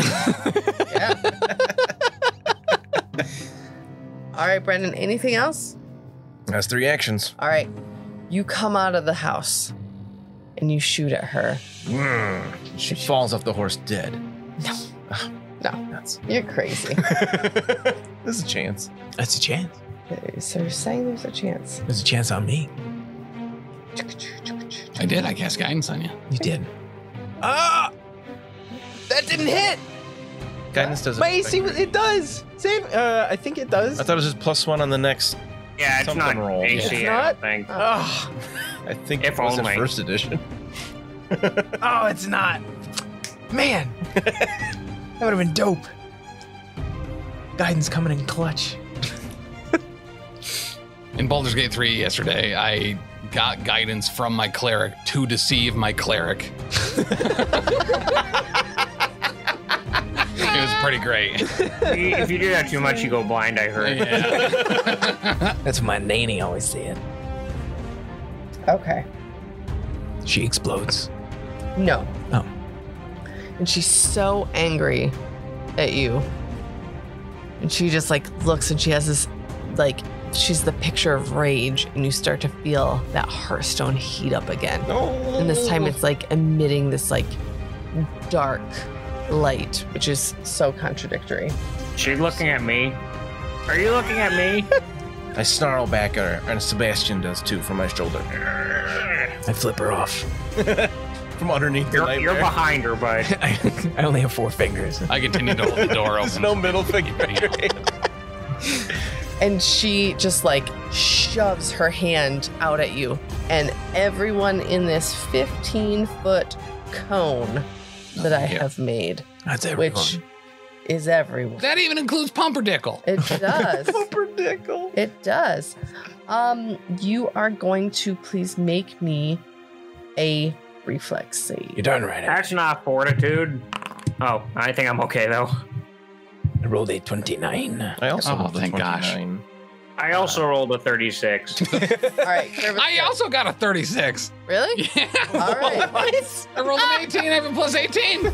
Speaker 2: it. Yeah. all right, Brendan. Anything else?
Speaker 4: That's three actions.
Speaker 2: All right. You come out of the house and you shoot at her.
Speaker 4: She falls off the horse dead.
Speaker 2: No.
Speaker 4: Ah,
Speaker 2: No.
Speaker 4: That's.
Speaker 2: You're crazy.
Speaker 4: There's a chance.
Speaker 5: that's a chance.
Speaker 2: Okay, so you're saying there's a chance.
Speaker 5: There's a chance on me.
Speaker 1: I did. I cast guidance on you.
Speaker 5: You did. Ah! That didn't hit.
Speaker 4: Guidance doesn't.
Speaker 5: My
Speaker 4: affect
Speaker 5: AC, was-
Speaker 4: your-
Speaker 5: it does. Save. Uh, I think it does.
Speaker 4: I thought it was just plus one on the next.
Speaker 3: Yeah, it's not
Speaker 4: Something wrong.
Speaker 3: AC.
Speaker 2: It's
Speaker 3: I
Speaker 2: not?
Speaker 3: don't think.
Speaker 5: oh,
Speaker 4: I think
Speaker 3: If
Speaker 4: it was
Speaker 3: only.
Speaker 4: in first edition.
Speaker 5: oh, it's not. Man, that would have been dope. Guidance coming in clutch.
Speaker 1: In Baldur's Gate 3 yesterday, I got guidance from my cleric to deceive my cleric. it was pretty great.
Speaker 3: You- if you do that too much, you go blind. I heard.
Speaker 1: Yeah.
Speaker 5: That's what my nanny always said.
Speaker 2: Okay.
Speaker 5: She explodes.
Speaker 2: No.
Speaker 5: Oh.
Speaker 2: And she's so angry at you. And she just like looks and she has this like she's the picture of rage, and you start to feel that hearthstone heat up again. And this time it's like emitting this like dark light, which is so contradictory.
Speaker 3: She looking at me. Are you looking at me?
Speaker 4: I snarl back at her, and Sebastian does too from my shoulder.
Speaker 5: I flip her off.
Speaker 4: From underneath the
Speaker 3: You're,
Speaker 4: light
Speaker 3: you're
Speaker 4: there.
Speaker 3: behind her, bud.
Speaker 5: I, I only have four fingers.
Speaker 1: I continue to hold the door open.
Speaker 4: There's no middle finger.
Speaker 2: And she just like shoves her hand out at you, and everyone in this 15 foot cone that I
Speaker 4: Yeah.
Speaker 2: have made,
Speaker 5: That's everyone.
Speaker 2: which is everyone.
Speaker 1: That even includes Pumpernickel.
Speaker 2: It does.
Speaker 4: Pumpernickel.
Speaker 2: It does. Um, you are going to please make me a reflex
Speaker 5: You're
Speaker 2: save.
Speaker 5: darn right. I,
Speaker 3: That's not fortitude. Oh, I think I'm okay though.
Speaker 5: I rolled a 29.
Speaker 4: I also
Speaker 1: Oh,
Speaker 4: rolled a
Speaker 1: thank gosh.
Speaker 4: 29.
Speaker 3: I also rolled a 36.
Speaker 2: All right, Kermit's
Speaker 1: I
Speaker 2: go.
Speaker 1: also got a 36.
Speaker 2: really.
Speaker 1: Yeah. Oh
Speaker 2: All right.
Speaker 1: I rolled an 18. I have a plus 18.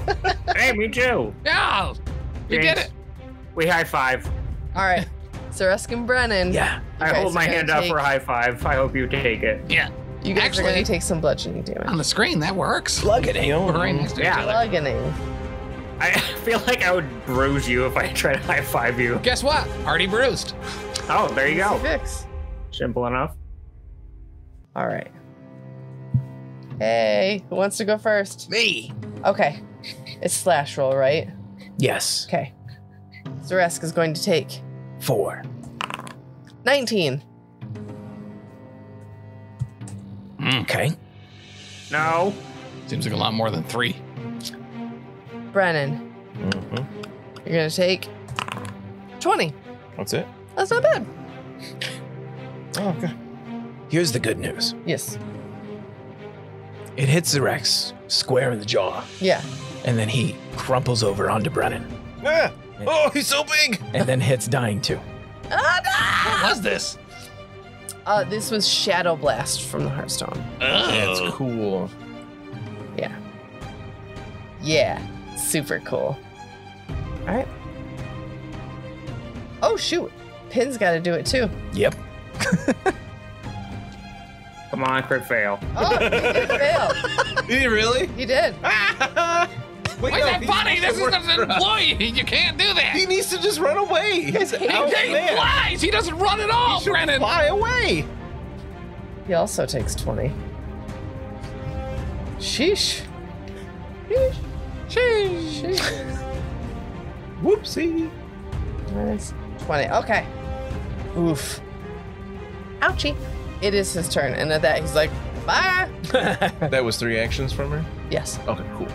Speaker 3: hey, me too.
Speaker 1: Yeah. You did
Speaker 3: Thanks.
Speaker 1: it.
Speaker 3: We high five.
Speaker 2: All right. Sir Eskin Brennan.
Speaker 5: Yeah.
Speaker 2: You
Speaker 3: I
Speaker 2: guys
Speaker 3: hold my
Speaker 2: are gonna
Speaker 3: hand up for a
Speaker 2: take-
Speaker 3: high five. I hope you take it.
Speaker 2: You guys are
Speaker 1: Actually-
Speaker 2: going to take some bludgeoning damage.
Speaker 1: On the screen, that works.
Speaker 5: Plug it in.
Speaker 1: We're
Speaker 4: Mm-hmm.
Speaker 1: right next to
Speaker 3: Yeah.
Speaker 1: each other.
Speaker 2: Bludgeoning.
Speaker 3: I feel like I would bruise you if I tried to high five you.
Speaker 1: Guess what? Already bruised.
Speaker 3: Oh, there you go.
Speaker 2: Fix.
Speaker 3: Simple enough.
Speaker 2: All right. Hey, who wants to go first?
Speaker 1: Me.
Speaker 2: Okay. It's slash roll, right?
Speaker 5: Yes.
Speaker 2: Okay. Zaresk is going to take
Speaker 5: Four.
Speaker 2: 19.
Speaker 5: Okay.
Speaker 3: No.
Speaker 1: Hmm. Seems like a lot more than three.
Speaker 2: Brennan,
Speaker 4: Mhm.
Speaker 2: you're going to take 20.
Speaker 4: That's it.
Speaker 2: That's not bad.
Speaker 4: Oh, okay.
Speaker 5: Here's the good news.
Speaker 2: Yes.
Speaker 5: It hits the Rex square in the jaw,
Speaker 2: Yeah.
Speaker 5: and then he crumples over onto Brennan,
Speaker 4: Ah! Oh, he's so big.
Speaker 5: and then hits Dying too.
Speaker 1: What was this?
Speaker 2: Uh, this was Shadow Blast from the Hearthstone.
Speaker 4: That's
Speaker 1: Oh.
Speaker 4: cool.
Speaker 2: Yeah, super cool. All right. Oh shoot, Pin's got to do it too.
Speaker 5: Yep.
Speaker 3: Come on, crit fail.
Speaker 2: Oh, he did fail.
Speaker 4: Did he really?
Speaker 2: He did.
Speaker 4: Wait,
Speaker 1: Why is
Speaker 4: no,
Speaker 1: that
Speaker 4: he's
Speaker 1: funny? This
Speaker 4: supposed to
Speaker 1: is
Speaker 4: work
Speaker 1: an
Speaker 4: for us.
Speaker 1: employee. You can't do that.
Speaker 4: He Oh, needs to just run away. He's
Speaker 2: He
Speaker 4: out
Speaker 1: He
Speaker 4: there.
Speaker 1: flies. He doesn't run at all, Brennan.
Speaker 4: Fly away.
Speaker 2: He also takes twenty. Sheesh. Sheesh. Sheesh.
Speaker 4: Whoopsie.
Speaker 2: Minus Twenty. Okay. Oof. Ouchie. It is his turn, and at that he's like, bye.
Speaker 4: That was three actions from her.
Speaker 2: Yes,
Speaker 4: Okay, cool.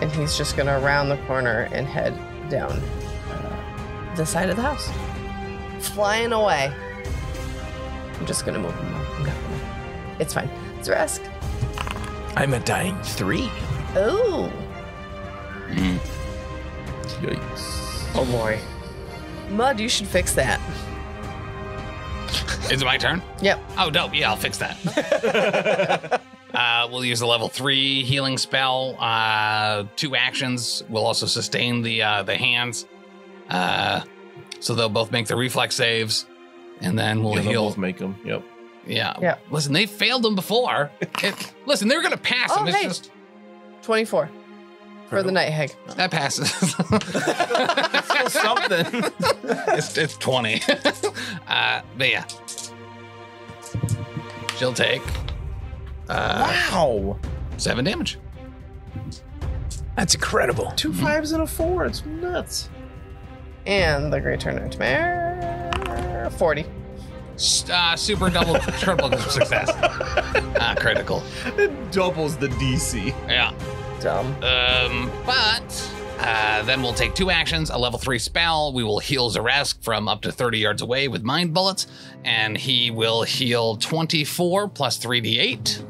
Speaker 2: and he's just gonna round the corner and head down uh, the side of the house, flying away. I'm just gonna move him. up. I'm not gonna- It's fine. It's Resk.
Speaker 5: I'm at Dying three.
Speaker 2: Oh,
Speaker 4: Yikes.
Speaker 3: Oh boy.
Speaker 2: Mud, you should fix that.
Speaker 1: Is it my turn?
Speaker 2: Yep.
Speaker 1: Oh, dope. Yeah, I'll fix that. uh, we'll use a level three healing spell. Uh, two actions. We'll also sustain the uh, the hands. Uh, so they'll both make their reflex saves, and then we'll
Speaker 4: Yeah, they'll
Speaker 1: heal.
Speaker 4: both make them. Yep.
Speaker 1: Yeah.
Speaker 2: Yeah.
Speaker 1: Listen, they failed them before. It- listen, they were gonna pass
Speaker 2: Oh,
Speaker 1: them. It's
Speaker 2: hey.
Speaker 1: just
Speaker 2: Twenty-four for the night hag.
Speaker 1: that passes.
Speaker 4: Still something.
Speaker 1: it's, it's 20. uh, but yeah. She'll take uh,
Speaker 4: wow.
Speaker 1: seven damage.
Speaker 5: That's incredible.
Speaker 4: Two
Speaker 1: hmm.
Speaker 4: fives and a four. It's nuts.
Speaker 2: And the Great Turn Nightmare. Forty.
Speaker 1: S- Uh, super double, triple success. Uh, critical.
Speaker 4: It doubles the DC.
Speaker 1: Yeah.
Speaker 2: Dumb.
Speaker 1: Um, but uh, then we'll take two actions a level three spell. We will heal Zaresk from up to 30 yards away with mind bullets, and he will heal 24 plus 3d8.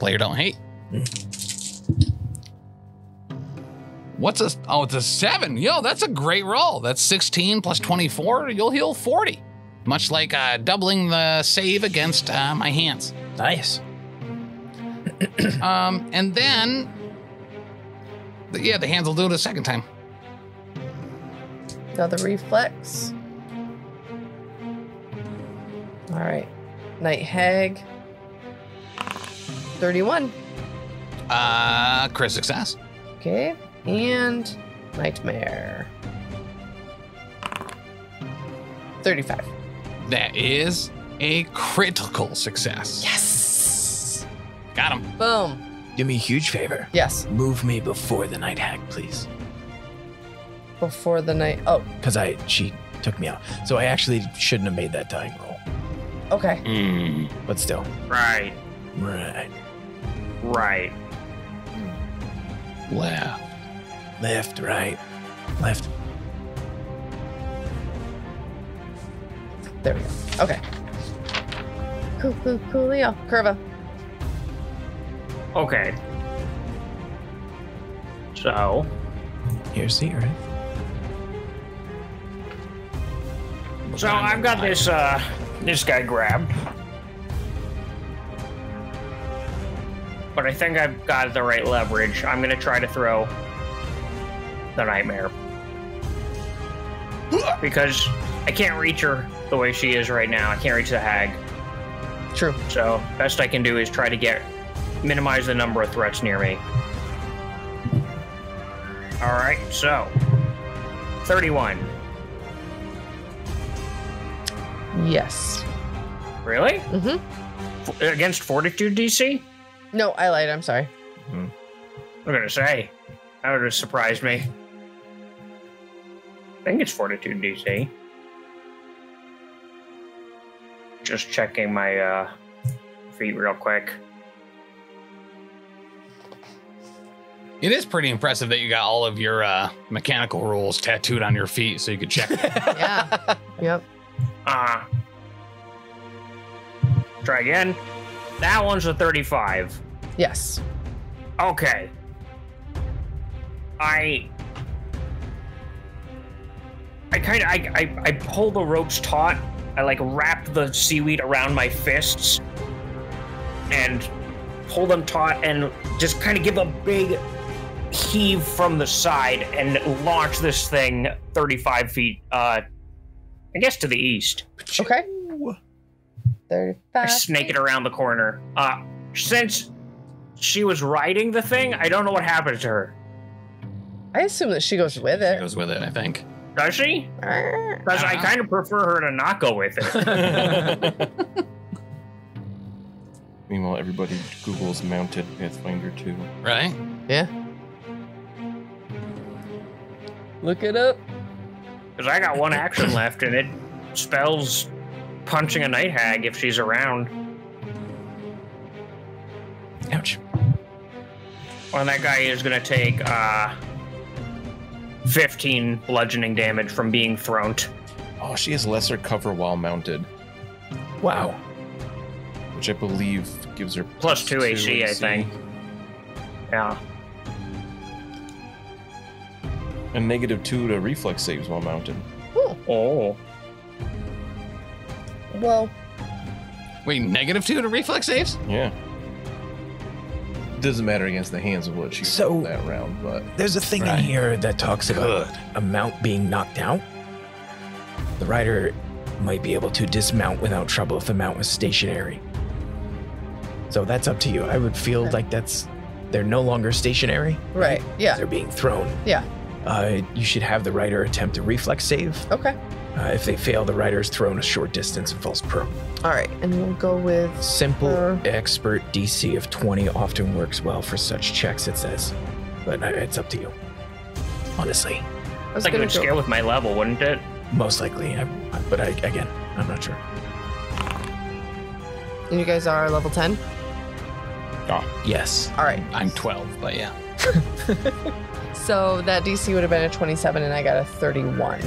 Speaker 1: Player don't hate. What's a oh it's a seven yo that's a great roll that's 16 plus 24 you'll heal 40 much like uh, doubling the save against uh, my hands
Speaker 5: Nice.
Speaker 1: um, and then, th- yeah, the hands will do it a second time.
Speaker 2: Another reflex. All right. Night Hag. 31.
Speaker 1: Uh, crit success.
Speaker 2: Okay. And Nightmare. 35.
Speaker 1: That is a critical success.
Speaker 2: Yes.
Speaker 1: Got him.
Speaker 2: Boom.
Speaker 5: Do me a huge favor.
Speaker 2: Yes.
Speaker 5: Move me before the night hack, please.
Speaker 2: Before the night. Oh,
Speaker 5: Because I she took me out. So I actually shouldn't have made that dying roll.
Speaker 2: okay.
Speaker 5: But still.
Speaker 3: Right,
Speaker 5: Right.
Speaker 3: right.
Speaker 1: Wow.
Speaker 5: Left, right. Left.
Speaker 2: There we go. Okay. Cool, cool, cool, Leo. Curva.
Speaker 3: Okay. So,
Speaker 5: Here's the earth.
Speaker 3: so I've got this uh this guy grabbed. But I think I've got the right leverage. I'm gonna try to throw the nightmare. Because I can't reach her the way she is right now. I can't reach the hag.
Speaker 2: True.
Speaker 3: So best I can do is try to get minimize the number of threats near me. All right, so 31.
Speaker 2: Yes.
Speaker 3: Really?
Speaker 2: Mhm.
Speaker 3: F- against Fortitude DC?
Speaker 2: No, I lied. I'm sorry.
Speaker 3: I'm gonna say that would have surprised me. I think it's Fortitude DC. Just checking my uh, feet real quick.
Speaker 1: It is pretty impressive that you got all of your uh, mechanical rules tattooed on your feet so you could check.
Speaker 2: Yeah. yep.
Speaker 3: Uh Try again. That one's a 35.
Speaker 2: Yes.
Speaker 3: Okay. I. I kind of I, I I pull the ropes taut. I like wrap the seaweed around my fists and pull them taut and just kind of give a big heave from the side and launch this thing 35 feet uh I guess to the east.
Speaker 2: Okay. 35.
Speaker 3: I snake it around the corner. Uh, since she was riding the thing, I don't know what happened to her.
Speaker 2: I assume that she goes with
Speaker 1: It
Speaker 2: it.
Speaker 1: goes with it, I think.
Speaker 3: Does she? Because I
Speaker 1: Uh-huh.
Speaker 3: kind of prefer her to not go with it.
Speaker 4: Meanwhile, everybody Google's mounted Pathfinder 2.
Speaker 1: Right?
Speaker 2: Look it up.
Speaker 3: Because I got one action left, and it spells punching a night hag if she's around.
Speaker 5: Ouch.
Speaker 3: Well, that guy is going to take uh, 15 bludgeoning damage from being thrown.
Speaker 4: Oh, she has lesser cover while mounted,
Speaker 5: Wow.
Speaker 4: which I believe gives her
Speaker 3: Plus two AC, I think. Yeah.
Speaker 4: And negative two to reflex saves while mounted.
Speaker 3: Oh.
Speaker 2: Well,
Speaker 1: Wait, negative two to reflex saves?
Speaker 4: Yeah. Doesn't matter against the hands of what she
Speaker 5: So-
Speaker 4: rolled that round, but
Speaker 5: There's a thing
Speaker 1: Right.
Speaker 5: in here that talks about a mount being knocked out. The rider might be able to dismount without trouble if the mount was stationary. So that's up to you. I would feel
Speaker 2: Okay.
Speaker 5: like that's they're no longer stationary.
Speaker 2: right. Yeah.
Speaker 5: They're being thrown.
Speaker 2: Yeah.
Speaker 5: Uh, you should have the rider attempt a reflex save.
Speaker 2: Okay.
Speaker 5: Uh, if they fail, the rider is thrown a short distance and falls prone.
Speaker 2: All right. And we'll go with.
Speaker 5: Simple
Speaker 2: Uh.
Speaker 5: expert DC of 20 often works well for such checks, it says. But uh, it's up to you.
Speaker 2: I
Speaker 5: Honestly.
Speaker 2: was
Speaker 3: It's like it
Speaker 2: gonna
Speaker 3: would
Speaker 2: go.
Speaker 3: scale with my level, wouldn't it?
Speaker 5: Most likely, I, but I, again, I'm not sure.
Speaker 2: And you guys are level 10?
Speaker 5: Yes.
Speaker 2: All right.
Speaker 1: I'm 12, but yeah.
Speaker 2: So that DC would have been a 27, and I got a 31.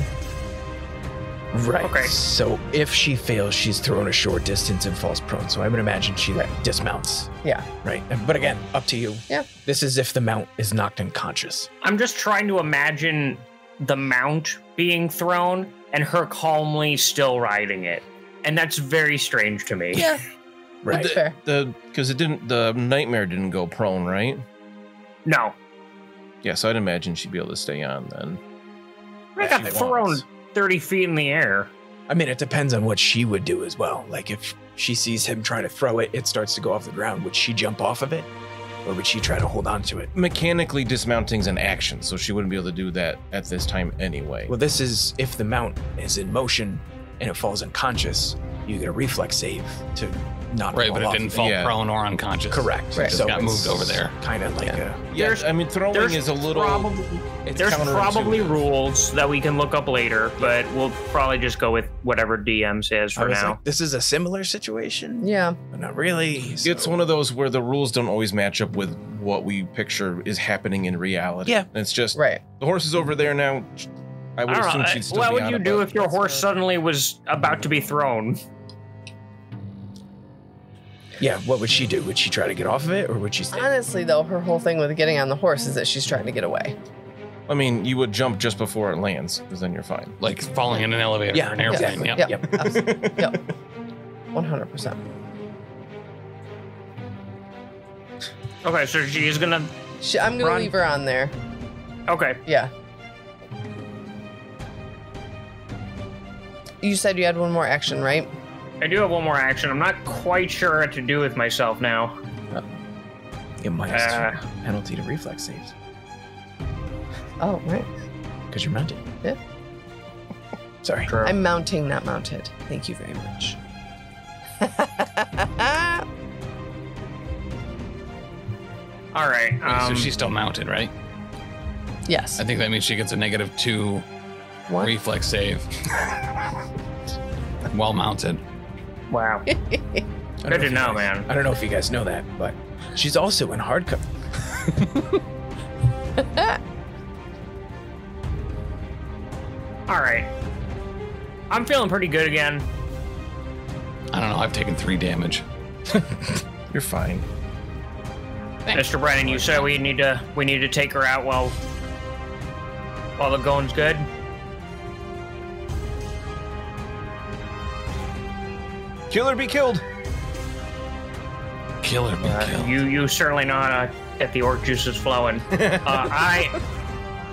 Speaker 5: Right.
Speaker 3: Okay.
Speaker 5: So if she fails, she's thrown a short distance and falls prone. So I would imagine she
Speaker 2: Right.
Speaker 5: dismounts.
Speaker 2: Yeah.
Speaker 5: Right. But again, up to you.
Speaker 2: Yeah.
Speaker 5: This is if the mount is knocked unconscious.
Speaker 3: I'm just trying to imagine the mount being thrown and her calmly still riding it. And that's very strange to me.
Speaker 2: Yeah.
Speaker 5: Right.
Speaker 2: That's fair.
Speaker 4: the because it didn't the nightmare didn't go prone, right?
Speaker 3: No.
Speaker 4: Yeah, so I'd imagine she'd be able to stay on then.
Speaker 3: I got
Speaker 4: she
Speaker 3: thrown
Speaker 4: wants.
Speaker 3: 30 feet in the air.
Speaker 5: I mean, it depends on what she would do as well. Like, if she sees him trying to throw it, it starts to go off the ground. Would she jump off of it? Or would she try to hold on to it?
Speaker 4: Mechanically dismounting's an action, so she wouldn't be able to do that at this time anyway.
Speaker 5: Well, this is if the mount is in motion and it falls unconscious, you get a reflex save to not
Speaker 1: Right,
Speaker 5: fall
Speaker 1: but it
Speaker 5: off
Speaker 1: didn't
Speaker 5: of
Speaker 1: fall
Speaker 4: Yeah.
Speaker 1: prone or unconscious.
Speaker 5: Correct.
Speaker 2: Right.
Speaker 1: Just got moved over there.
Speaker 5: Kind of like
Speaker 4: yeah,
Speaker 3: there's-
Speaker 4: I mean throwing
Speaker 3: there's
Speaker 4: is a little.
Speaker 3: probably-
Speaker 4: it's
Speaker 3: There's probably
Speaker 4: counterintuitive.
Speaker 3: rules that we can look up later, but we'll probably just go with whatever DM says
Speaker 5: a. I
Speaker 3: for
Speaker 5: was
Speaker 3: now.
Speaker 5: like, this is a similar situation,
Speaker 2: Yeah.
Speaker 5: but not really.
Speaker 4: It's one of those where the rules don't always match up with what we picture is happening in reality.
Speaker 5: Yeah.
Speaker 4: it's just
Speaker 2: Right.
Speaker 4: the horse is over there now. I would
Speaker 3: I don't
Speaker 4: assume
Speaker 3: know.
Speaker 4: she'd still
Speaker 3: what
Speaker 4: be
Speaker 3: would
Speaker 4: on
Speaker 3: you
Speaker 4: it,
Speaker 3: do
Speaker 4: but-
Speaker 3: if your horse suddenly was about to be thrown?
Speaker 5: yeah. What would she do? Would she try to get off of it, or would she stay?
Speaker 2: Honestly, though, her whole thing with getting on the horse is that she's trying to get away.
Speaker 4: I mean, you would jump just before it lands, because then you're fine.
Speaker 1: Like falling in an elevator
Speaker 5: Yeah,
Speaker 1: or an airplane.
Speaker 5: exactly.
Speaker 1: Yep.
Speaker 2: Yep. Yep. yep. 100%.
Speaker 3: Okay, so she's gonna.
Speaker 2: She, I'm going
Speaker 3: Run.
Speaker 2: to leave her on there.
Speaker 3: Okay,
Speaker 2: Yeah. You said you had one more action, right?
Speaker 3: I do have one more action. I'm not quite sure what to do with myself now.
Speaker 5: Get minus two
Speaker 3: Uh,
Speaker 5: penalty to reflex saves
Speaker 2: Oh, right.
Speaker 5: because you're mounted.
Speaker 2: Yeah.
Speaker 5: Sorry.
Speaker 2: I'm mounting, not mounted. Thank you very much.
Speaker 3: all right.
Speaker 1: Wait,
Speaker 3: Um,
Speaker 1: so she's still mounted, right?
Speaker 2: yes.
Speaker 1: I think that means she gets a negative two
Speaker 2: What?
Speaker 1: reflex save. well mounted.
Speaker 3: wow.
Speaker 5: I don't
Speaker 3: Good to
Speaker 5: if you
Speaker 3: know,
Speaker 5: guys-
Speaker 3: man.
Speaker 5: I don't know if you guys know that, but she's also in hard cover.
Speaker 3: All right. I'm feeling pretty good again.
Speaker 1: I don't know. I've taken three damage.
Speaker 4: You're fine.
Speaker 3: Mr. Brennan, you said we need to we need to take her out while while the going's good.
Speaker 4: Kill or be killed.
Speaker 1: Kill her, be
Speaker 3: Uh,
Speaker 1: killed.
Speaker 3: you you certainly know how to get the orc juices flowing. uh, I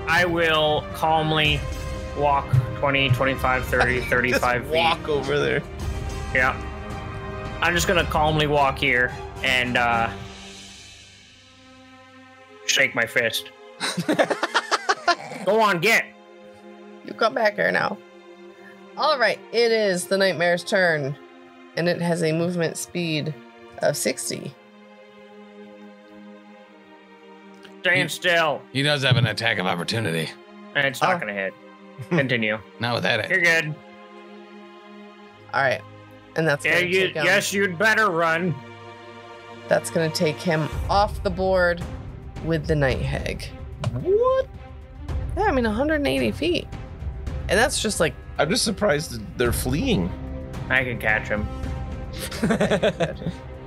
Speaker 3: I will calmly walk 20, 25, 30, 35 feet.
Speaker 4: Walk over there.
Speaker 3: Yeah. I'm just gonna calmly walk here and uh shake my fist. Go on, get.
Speaker 2: You come back here now. All right. It is the nightmare's turn, and it has a movement speed of 60.
Speaker 3: Stand still.
Speaker 1: He does have an attack of opportunity.
Speaker 3: And it's not
Speaker 2: Oh.
Speaker 3: gonna hit. Continue.
Speaker 1: Not with that.
Speaker 3: You're good.
Speaker 2: All right. And that's
Speaker 3: Yeah,
Speaker 2: gonna
Speaker 3: you,
Speaker 2: take him-
Speaker 3: yes, you'd better run.
Speaker 2: That's going to take him off the board with the night hag. What? Yeah, I mean 180 feet, and that's just like
Speaker 4: I'm just surprised that they're fleeing.
Speaker 3: I can catch him.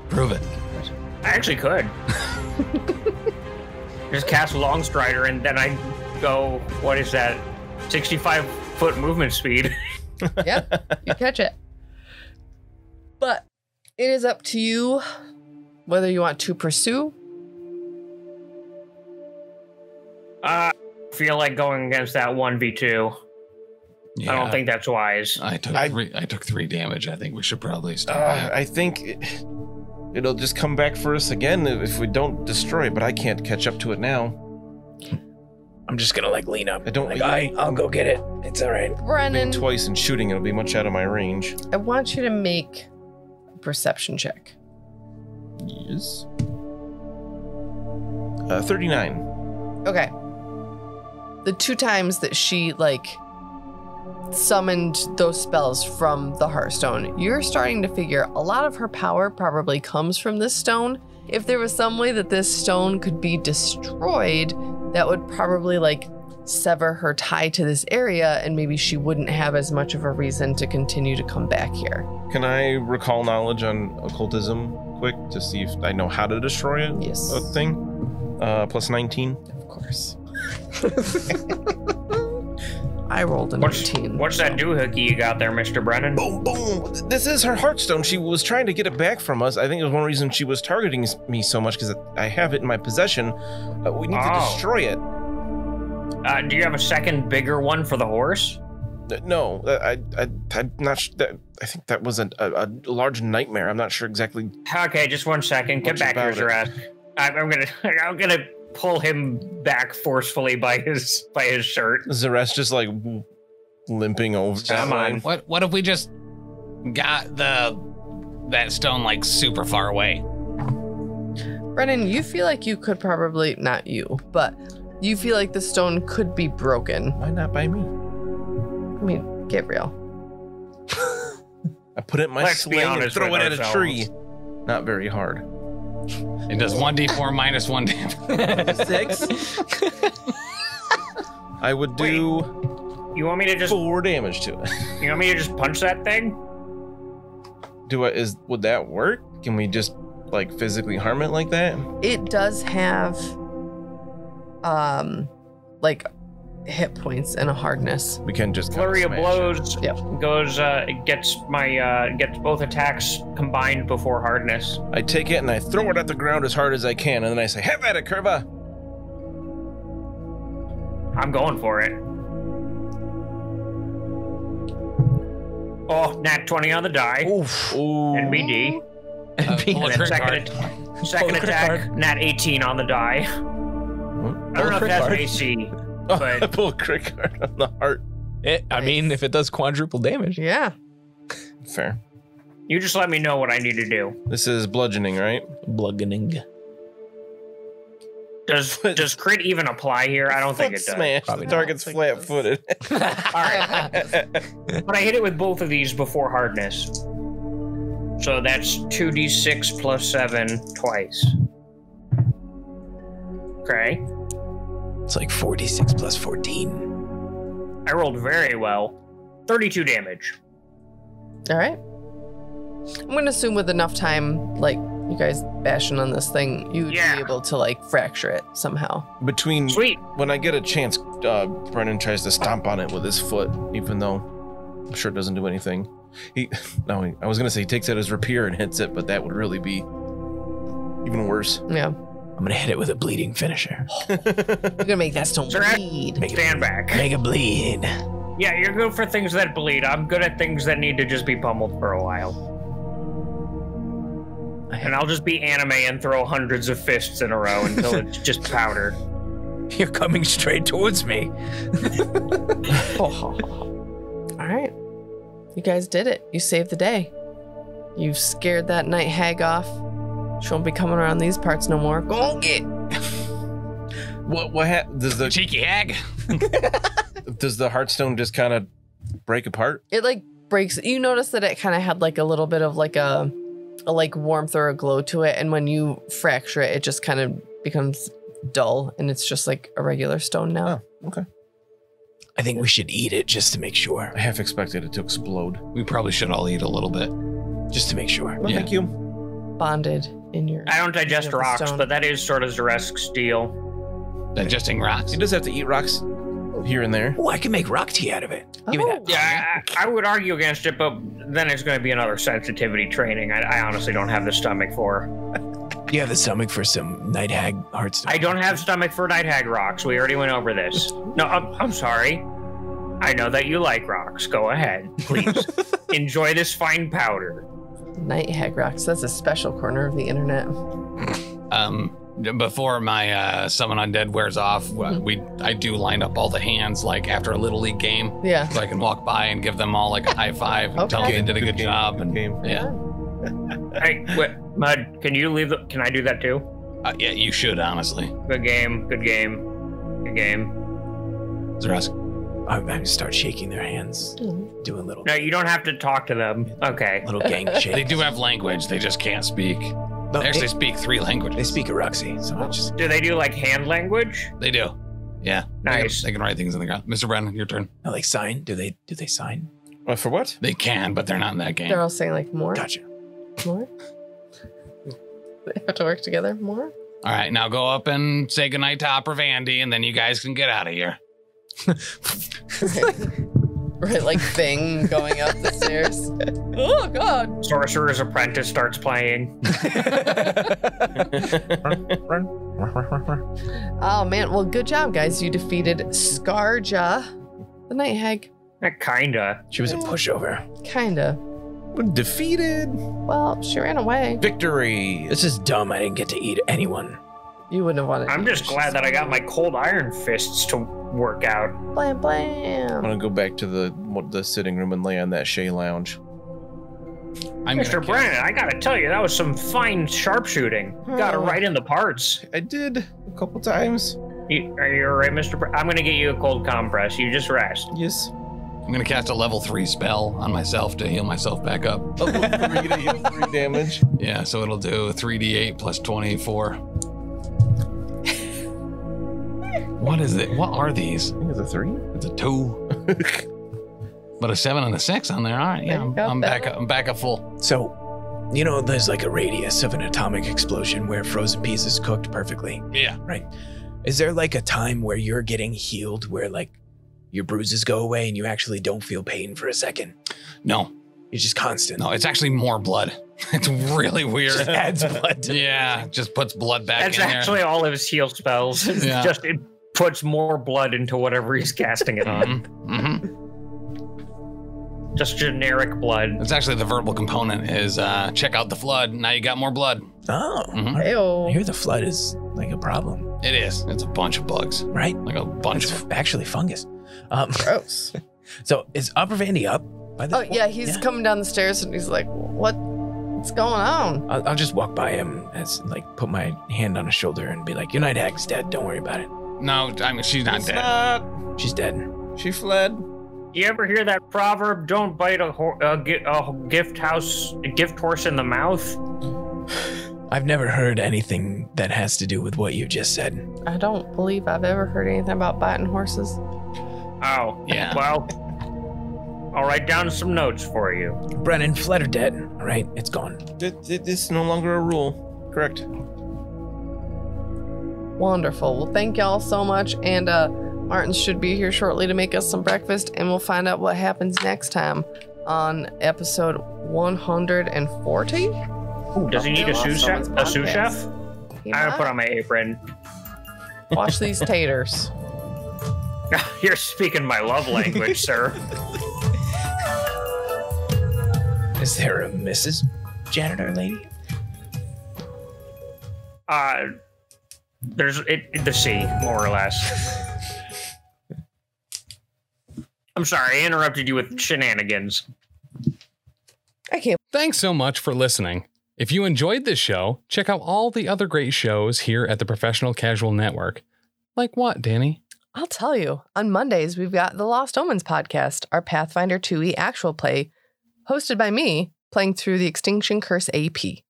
Speaker 1: Prove it.
Speaker 3: I actually could. Just cast Long Strider and then I go, what is that? 65 foot movement speed.
Speaker 2: yeah, you catch it. But it is up to you whether you want to pursue.
Speaker 3: Uh, feel like going against that 1v2. I
Speaker 1: Yeah.
Speaker 3: don't think that's wise.
Speaker 4: Uh,
Speaker 1: I took
Speaker 4: I-
Speaker 1: three. I took three damage. I think we should probably stop.
Speaker 4: Uh,
Speaker 1: that.
Speaker 4: I think it, it'll just come back for us again if we don't destroy it. But I can't catch up to it now.
Speaker 5: I'm just gonna like lean up.
Speaker 4: I don't-
Speaker 5: Like, I, I'll go get it. It's all right.
Speaker 4: Being
Speaker 2: Brennan,
Speaker 4: twice and shooting, it'll be much out of my range.
Speaker 2: I want you to make a perception check.
Speaker 4: Yes. Uh, 39.
Speaker 2: Okay. The two times that she like summoned those spells from the Hearthstone, you're starting to figure a lot of her power probably comes from this stone. If there was some way that this stone could be destroyed, that would probably like sever her tie to this area and maybe she wouldn't have as much of a reason to continue to come back here.
Speaker 4: Can I recall knowledge on occultism quick to see if I know how to destroy it?
Speaker 2: Yes.
Speaker 4: A thing? Uh, plus 19.
Speaker 2: Of course. I rolled a
Speaker 3: What's,
Speaker 2: 19.
Speaker 3: what's that doohickey you got there, Mr. Brennan?
Speaker 4: Boom, boom. This is her heartstone. She was trying to get it back from us. I think it was one reason she was targeting s- me so much because I have it in my possession. Uh, we need to
Speaker 3: Oh.
Speaker 4: destroy it.
Speaker 3: Uh, do you have a second bigger one for the horse?
Speaker 4: N- Uh, No, I, I, I'm not. Sh- that, I think that was a, a, a large nightmare. I'm not sure exactly.
Speaker 3: Okay, just one second. Get
Speaker 4: Much
Speaker 3: back here,
Speaker 4: about it.
Speaker 3: Zarat. I'm, I'm gonna I'm gonna pull him back forcefully by his by his shirt.
Speaker 4: Zaresh just like w- limping over.
Speaker 3: Come on.
Speaker 1: What what if we just got the that stone like super far away?
Speaker 2: Brennan, you feel like you could probably, not you, but you feel like the stone could be broken.
Speaker 4: Why not by me?
Speaker 2: I mean, Gabriel.
Speaker 4: I put it in my
Speaker 3: Let's be
Speaker 4: sling and
Speaker 3: honest
Speaker 4: throw it
Speaker 3: with
Speaker 4: at a
Speaker 3: ourselves.
Speaker 4: tree. Not very hard.
Speaker 1: It does one d four minus one damage.
Speaker 4: Six. I would do
Speaker 3: You want me to just
Speaker 4: four damage to it.
Speaker 3: you want me to just punch that thing?
Speaker 4: Do I is would that work? Can we just like physically harm it like that?
Speaker 2: It does have, um, like hit points and a hardness.
Speaker 4: We can just kinda
Speaker 3: Flurry of
Speaker 4: smash it.
Speaker 3: blows
Speaker 2: Yep.
Speaker 3: goes uh it gets my uh gets both attacks combined before hardness.
Speaker 4: I take it and I throw it at the ground as hard as I can, and then I say, "Have at it, Curva!"
Speaker 3: I'm going for it. Oh, nat 20 on the die.
Speaker 4: Oof.
Speaker 3: And BD.
Speaker 1: Uh,
Speaker 3: And then second, at- second
Speaker 5: Pull a crit
Speaker 3: attack, nat 18 on the die. I
Speaker 5: Pull a
Speaker 3: don't know if
Speaker 5: crit
Speaker 3: that's
Speaker 5: card.
Speaker 3: AC.
Speaker 4: I pull a crit card on the heart.
Speaker 5: It, I mean,
Speaker 2: Nice.
Speaker 5: if it does quadruple damage,
Speaker 2: Yeah.
Speaker 4: Fair.
Speaker 3: You just let me know what I need to do.
Speaker 4: This is bludgeoning, right?
Speaker 5: bludgeoning.
Speaker 3: Does
Speaker 4: But-
Speaker 3: does crit even apply here? I don't think
Speaker 4: Foot
Speaker 3: it does.
Speaker 4: Smash.
Speaker 5: Probably
Speaker 4: the
Speaker 5: not.
Speaker 4: target's
Speaker 2: I don't
Speaker 4: flat-footed.
Speaker 3: All right, but I hit it with both of these before hardness. So that's 2d6 plus 7 twice. Okay.
Speaker 5: It's like 46 plus 14.
Speaker 3: I rolled very well. 32 damage.
Speaker 2: All right. I'm gonna assume with enough time, like you guys bashing on this thing, you'd
Speaker 3: Yeah.
Speaker 2: be able to like fracture it somehow.
Speaker 4: Between
Speaker 3: Sweet.
Speaker 4: when I get a chance, uh, Brennan tries to stomp on it with his foot, even though I'm sure it doesn't do anything. He no, he- I was gonna say he takes out his rapier and hits it, but that would really be even worse.
Speaker 2: Yeah.
Speaker 5: I'm gonna hit it with a bleeding finisher.
Speaker 2: You're gonna make that stone
Speaker 3: Sir, I-
Speaker 2: bleed.
Speaker 5: Make it
Speaker 3: Stand back.
Speaker 5: Mega bleed.
Speaker 3: Yeah, you're good for things that bleed. I'm good at things that need to just be pummeled for a while. And I'll just be anime and throw hundreds of fists in a row until it's just powder.
Speaker 5: You're coming straight towards me.
Speaker 2: All right. You guys did it. You saved the day. You scared that night hag off. She won't be coming around these parts no more. Go on, get.
Speaker 4: What what ha- does the
Speaker 1: Cheeky hag.
Speaker 4: does the heartstone just kind of break apart?
Speaker 2: It like breaks. You notice that it kind of had like a little bit of like a, a like warmth or a glow to it. And when you fracture it, it just kind of becomes dull and it's just like a regular stone now.
Speaker 5: I think we should eat it just to make sure.
Speaker 4: I half expected it to explode.
Speaker 1: We probably should all eat a little bit.
Speaker 5: Just to make sure.
Speaker 4: Well,
Speaker 1: Yeah.
Speaker 4: thank you.
Speaker 2: Bonded in your.
Speaker 3: I don't digest
Speaker 2: Beautiful
Speaker 3: rocks,
Speaker 2: stone.
Speaker 3: but that is sort of Zaresk's deal.
Speaker 1: Digesting rocks.
Speaker 4: He does have to eat rocks here and there.
Speaker 5: Oh, I can make rock tea out of it. Give me that.
Speaker 2: Oh.
Speaker 3: Yeah, I, I would argue against it, but then it's going to be another sensitivity training. I, I honestly don't have the stomach for.
Speaker 4: Oh.
Speaker 5: You have the stomach for some night hag hearts.
Speaker 3: I don't have stomach for night hag rocks. We already went over this. No, I'm, I'm sorry. I know that you like rocks. Go ahead, please. Enjoy this fine powder.
Speaker 2: Oh. Night hag rocks. That's a special corner of the internet.
Speaker 1: um before my uh summon undead wears off uh,
Speaker 2: Mm-hmm.
Speaker 1: we i do line up all the hands like after a little league game
Speaker 2: Yeah.
Speaker 1: so i can walk by and give them all like a high five and tell them
Speaker 2: Okay.
Speaker 1: they did a good,
Speaker 4: game,
Speaker 1: job and
Speaker 4: game.
Speaker 1: yeah
Speaker 3: Hey, wait, Mud, can you leave? The, can I do that too?
Speaker 1: uh, yeah you should honestly
Speaker 3: Good game. Good game. Good game.
Speaker 1: Zarask.
Speaker 5: I, I start shaking their hands, doing little
Speaker 3: No, you don't have to talk to them. Okay.
Speaker 5: little gang shakes.
Speaker 1: they do have language they just can't speak
Speaker 5: No,
Speaker 1: they actually
Speaker 5: they,
Speaker 1: speak three languages
Speaker 5: they speak Aroxy, so I just
Speaker 3: Do they do like hand language?
Speaker 1: they do yeah They can-
Speaker 3: Nice.
Speaker 1: they can, write things in the ground mr brennan your turn
Speaker 5: I like sign. Do they? Do they sign?
Speaker 4: Uh, for what?
Speaker 1: they can but they're not in that game
Speaker 2: They're all saying like more,
Speaker 5: Gotcha.
Speaker 2: more. They have to work together more.
Speaker 1: all right now go up and say goodnight to opera vandy and then you guys can get out of here
Speaker 2: right like thing going up the stairs. Oh god.
Speaker 3: Sorcerer's Apprentice starts playing.
Speaker 2: Oh man, well good job guys. You defeated Scarja, the night hag.
Speaker 3: Eh, Kinda.
Speaker 5: She was a pushover.
Speaker 2: Kinda.
Speaker 4: Defeated.
Speaker 2: Well, she ran away.
Speaker 4: Victory.
Speaker 5: This is dumb. I didn't get to eat anyone.
Speaker 2: You wouldn't have wanted
Speaker 3: I'm just glad that I got my cold iron fists to work out.
Speaker 2: Blam
Speaker 4: I'm
Speaker 2: blam.
Speaker 4: gonna go back to the what, the sitting room and lay on that Shay lounge.
Speaker 1: I'm gonna
Speaker 3: Mr.
Speaker 1: kill-
Speaker 3: Brennan, I gotta tell you, that was some fine sharpshooting. Got it
Speaker 2: Hmm.
Speaker 3: right in the parts.
Speaker 4: I did a couple times.
Speaker 3: You, are you alright, Mr. Brennan? I'm gonna get you a cold compress. You just rest.
Speaker 4: Yes.
Speaker 1: I'm gonna cast a level three spell on myself to heal myself back up.
Speaker 4: Level three to heal three damage.
Speaker 1: Yeah, so it'll do 3d8 plus 24. what is it? What are these?
Speaker 4: I think it's a three.
Speaker 1: It's a two. but a seven and a six on there. All right, yeah,
Speaker 2: There you
Speaker 1: I'm,
Speaker 2: go,
Speaker 1: I'm back.
Speaker 2: Bella.
Speaker 1: up. I'm back up full.
Speaker 5: So, you know, there's like a radius of an atomic explosion where frozen pieces cooked perfectly.
Speaker 1: Yeah.
Speaker 5: Is there like a time where you're getting healed where like your bruises go away and you actually don't feel pain for a second?
Speaker 1: No,
Speaker 5: It's just constant.
Speaker 1: no, it's actually more blood. It's really
Speaker 5: Just
Speaker 1: weird.
Speaker 5: adds blood to
Speaker 1: yeah, just puts blood back
Speaker 3: That's
Speaker 1: in
Speaker 3: actually all of his heal spells. It's
Speaker 1: Yeah.
Speaker 3: Just it puts more blood into whatever he's casting it
Speaker 1: there.
Speaker 3: on.
Speaker 1: hmm hmm
Speaker 3: Just generic blood.
Speaker 1: It's actually the verbal component is uh, check out the flood. Now you got more blood.
Speaker 5: Oh.
Speaker 1: Mhm.
Speaker 5: all right. I
Speaker 2: Ew.
Speaker 5: hear the flood is like a problem,
Speaker 1: It is. It's a bunch of bugs,
Speaker 5: right?
Speaker 1: like a bunch
Speaker 5: It's
Speaker 1: of.
Speaker 5: actually fungus. Um,
Speaker 2: Gross.
Speaker 5: so is Upper Vandy up? By this
Speaker 2: Oh
Speaker 5: point?
Speaker 2: yeah, he's
Speaker 5: Yeah.
Speaker 2: coming down the stairs and he's like, "What? What's going on?"
Speaker 5: I'll, I'll just walk by him as like put my hand on his shoulder and be like, "Your night hag's dead. Don't worry about it.
Speaker 1: No, I mean she's not
Speaker 4: It's
Speaker 1: dead.
Speaker 4: not-
Speaker 5: She's dead."
Speaker 4: She fled.
Speaker 3: You ever hear that proverb? Don't bite a, ho- a, gi- a gift house, a gift horse in the mouth.
Speaker 5: I've never heard anything that has to do with what you just said.
Speaker 2: I don't believe I've ever heard anything about biting horses.
Speaker 3: Oh,
Speaker 1: Yeah.
Speaker 3: Well, I'll write down some notes for you.
Speaker 5: Brennan, fled or dead? All right, it's gone.
Speaker 4: Th- th- This is no longer a rule. Correct.
Speaker 2: Wonderful. Well, thank y'all so much, and uh, Martin should be here shortly to make us some breakfast, and we'll find out what happens next time on episode 140.
Speaker 3: Does he need a
Speaker 2: Well,
Speaker 3: sous chef?
Speaker 2: someone's
Speaker 3: A sous
Speaker 2: podcast.
Speaker 3: chef?
Speaker 2: He
Speaker 3: I'm gonna put
Speaker 2: might.
Speaker 3: on my apron.
Speaker 2: Wash these taters.
Speaker 3: You're speaking my love language, sir.
Speaker 5: Is there a Mrs. Janitor lady?
Speaker 3: Uh, there's it, it- the sea, more or less. I'm sorry, I interrupted you with shenanigans.
Speaker 2: I can't.
Speaker 6: Thanks so much for listening. If you enjoyed this show, check out all the other great shows here at the Professional Casual Network. Like what, Danny?
Speaker 2: I'll tell you. On Mondays, we've got the Lost Omens podcast, our Pathfinder 2e actual play, hosted by me, playing through the Extinction Curse AP.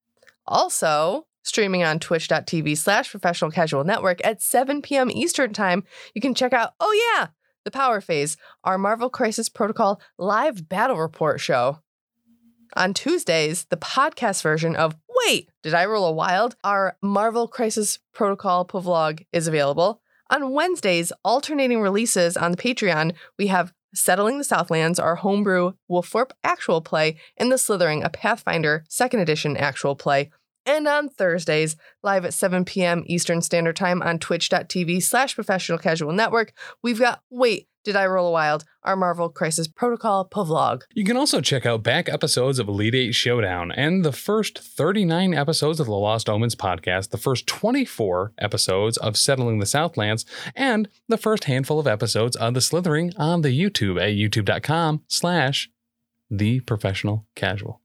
Speaker 2: Also, streaming on twitch.tv slash professional casual network at 7 p.m. Eastern Time, you can check out, oh yeah, The Power Phase, our Marvel Crisis Protocol live battle report show. On Tuesdays, the podcast version of Wait, Did I Roll a Wild? Our Marvel Crisis Protocol Povlog is available. On Wednesdays, alternating releases on the Patreon, we have Settling the Southlands, our homebrew Wolforp actual play, and The Slithering, a Pathfinder second edition actual play. And on Thursdays, live at 7 p.m. Eastern Standard Time on twitch.tv slash professional casual network, we've got Wait, Did I Roll a Wild? Our Marvel Crisis Protocol Povlog.
Speaker 6: You can also check out back episodes of Elite Eight Showdown and the first 39 episodes of the Lost Omens podcast, the first 24 episodes of Settling the Southlands, and the first handful of episodes of The Slithering on the YouTube at youtube.com slash the professional casual.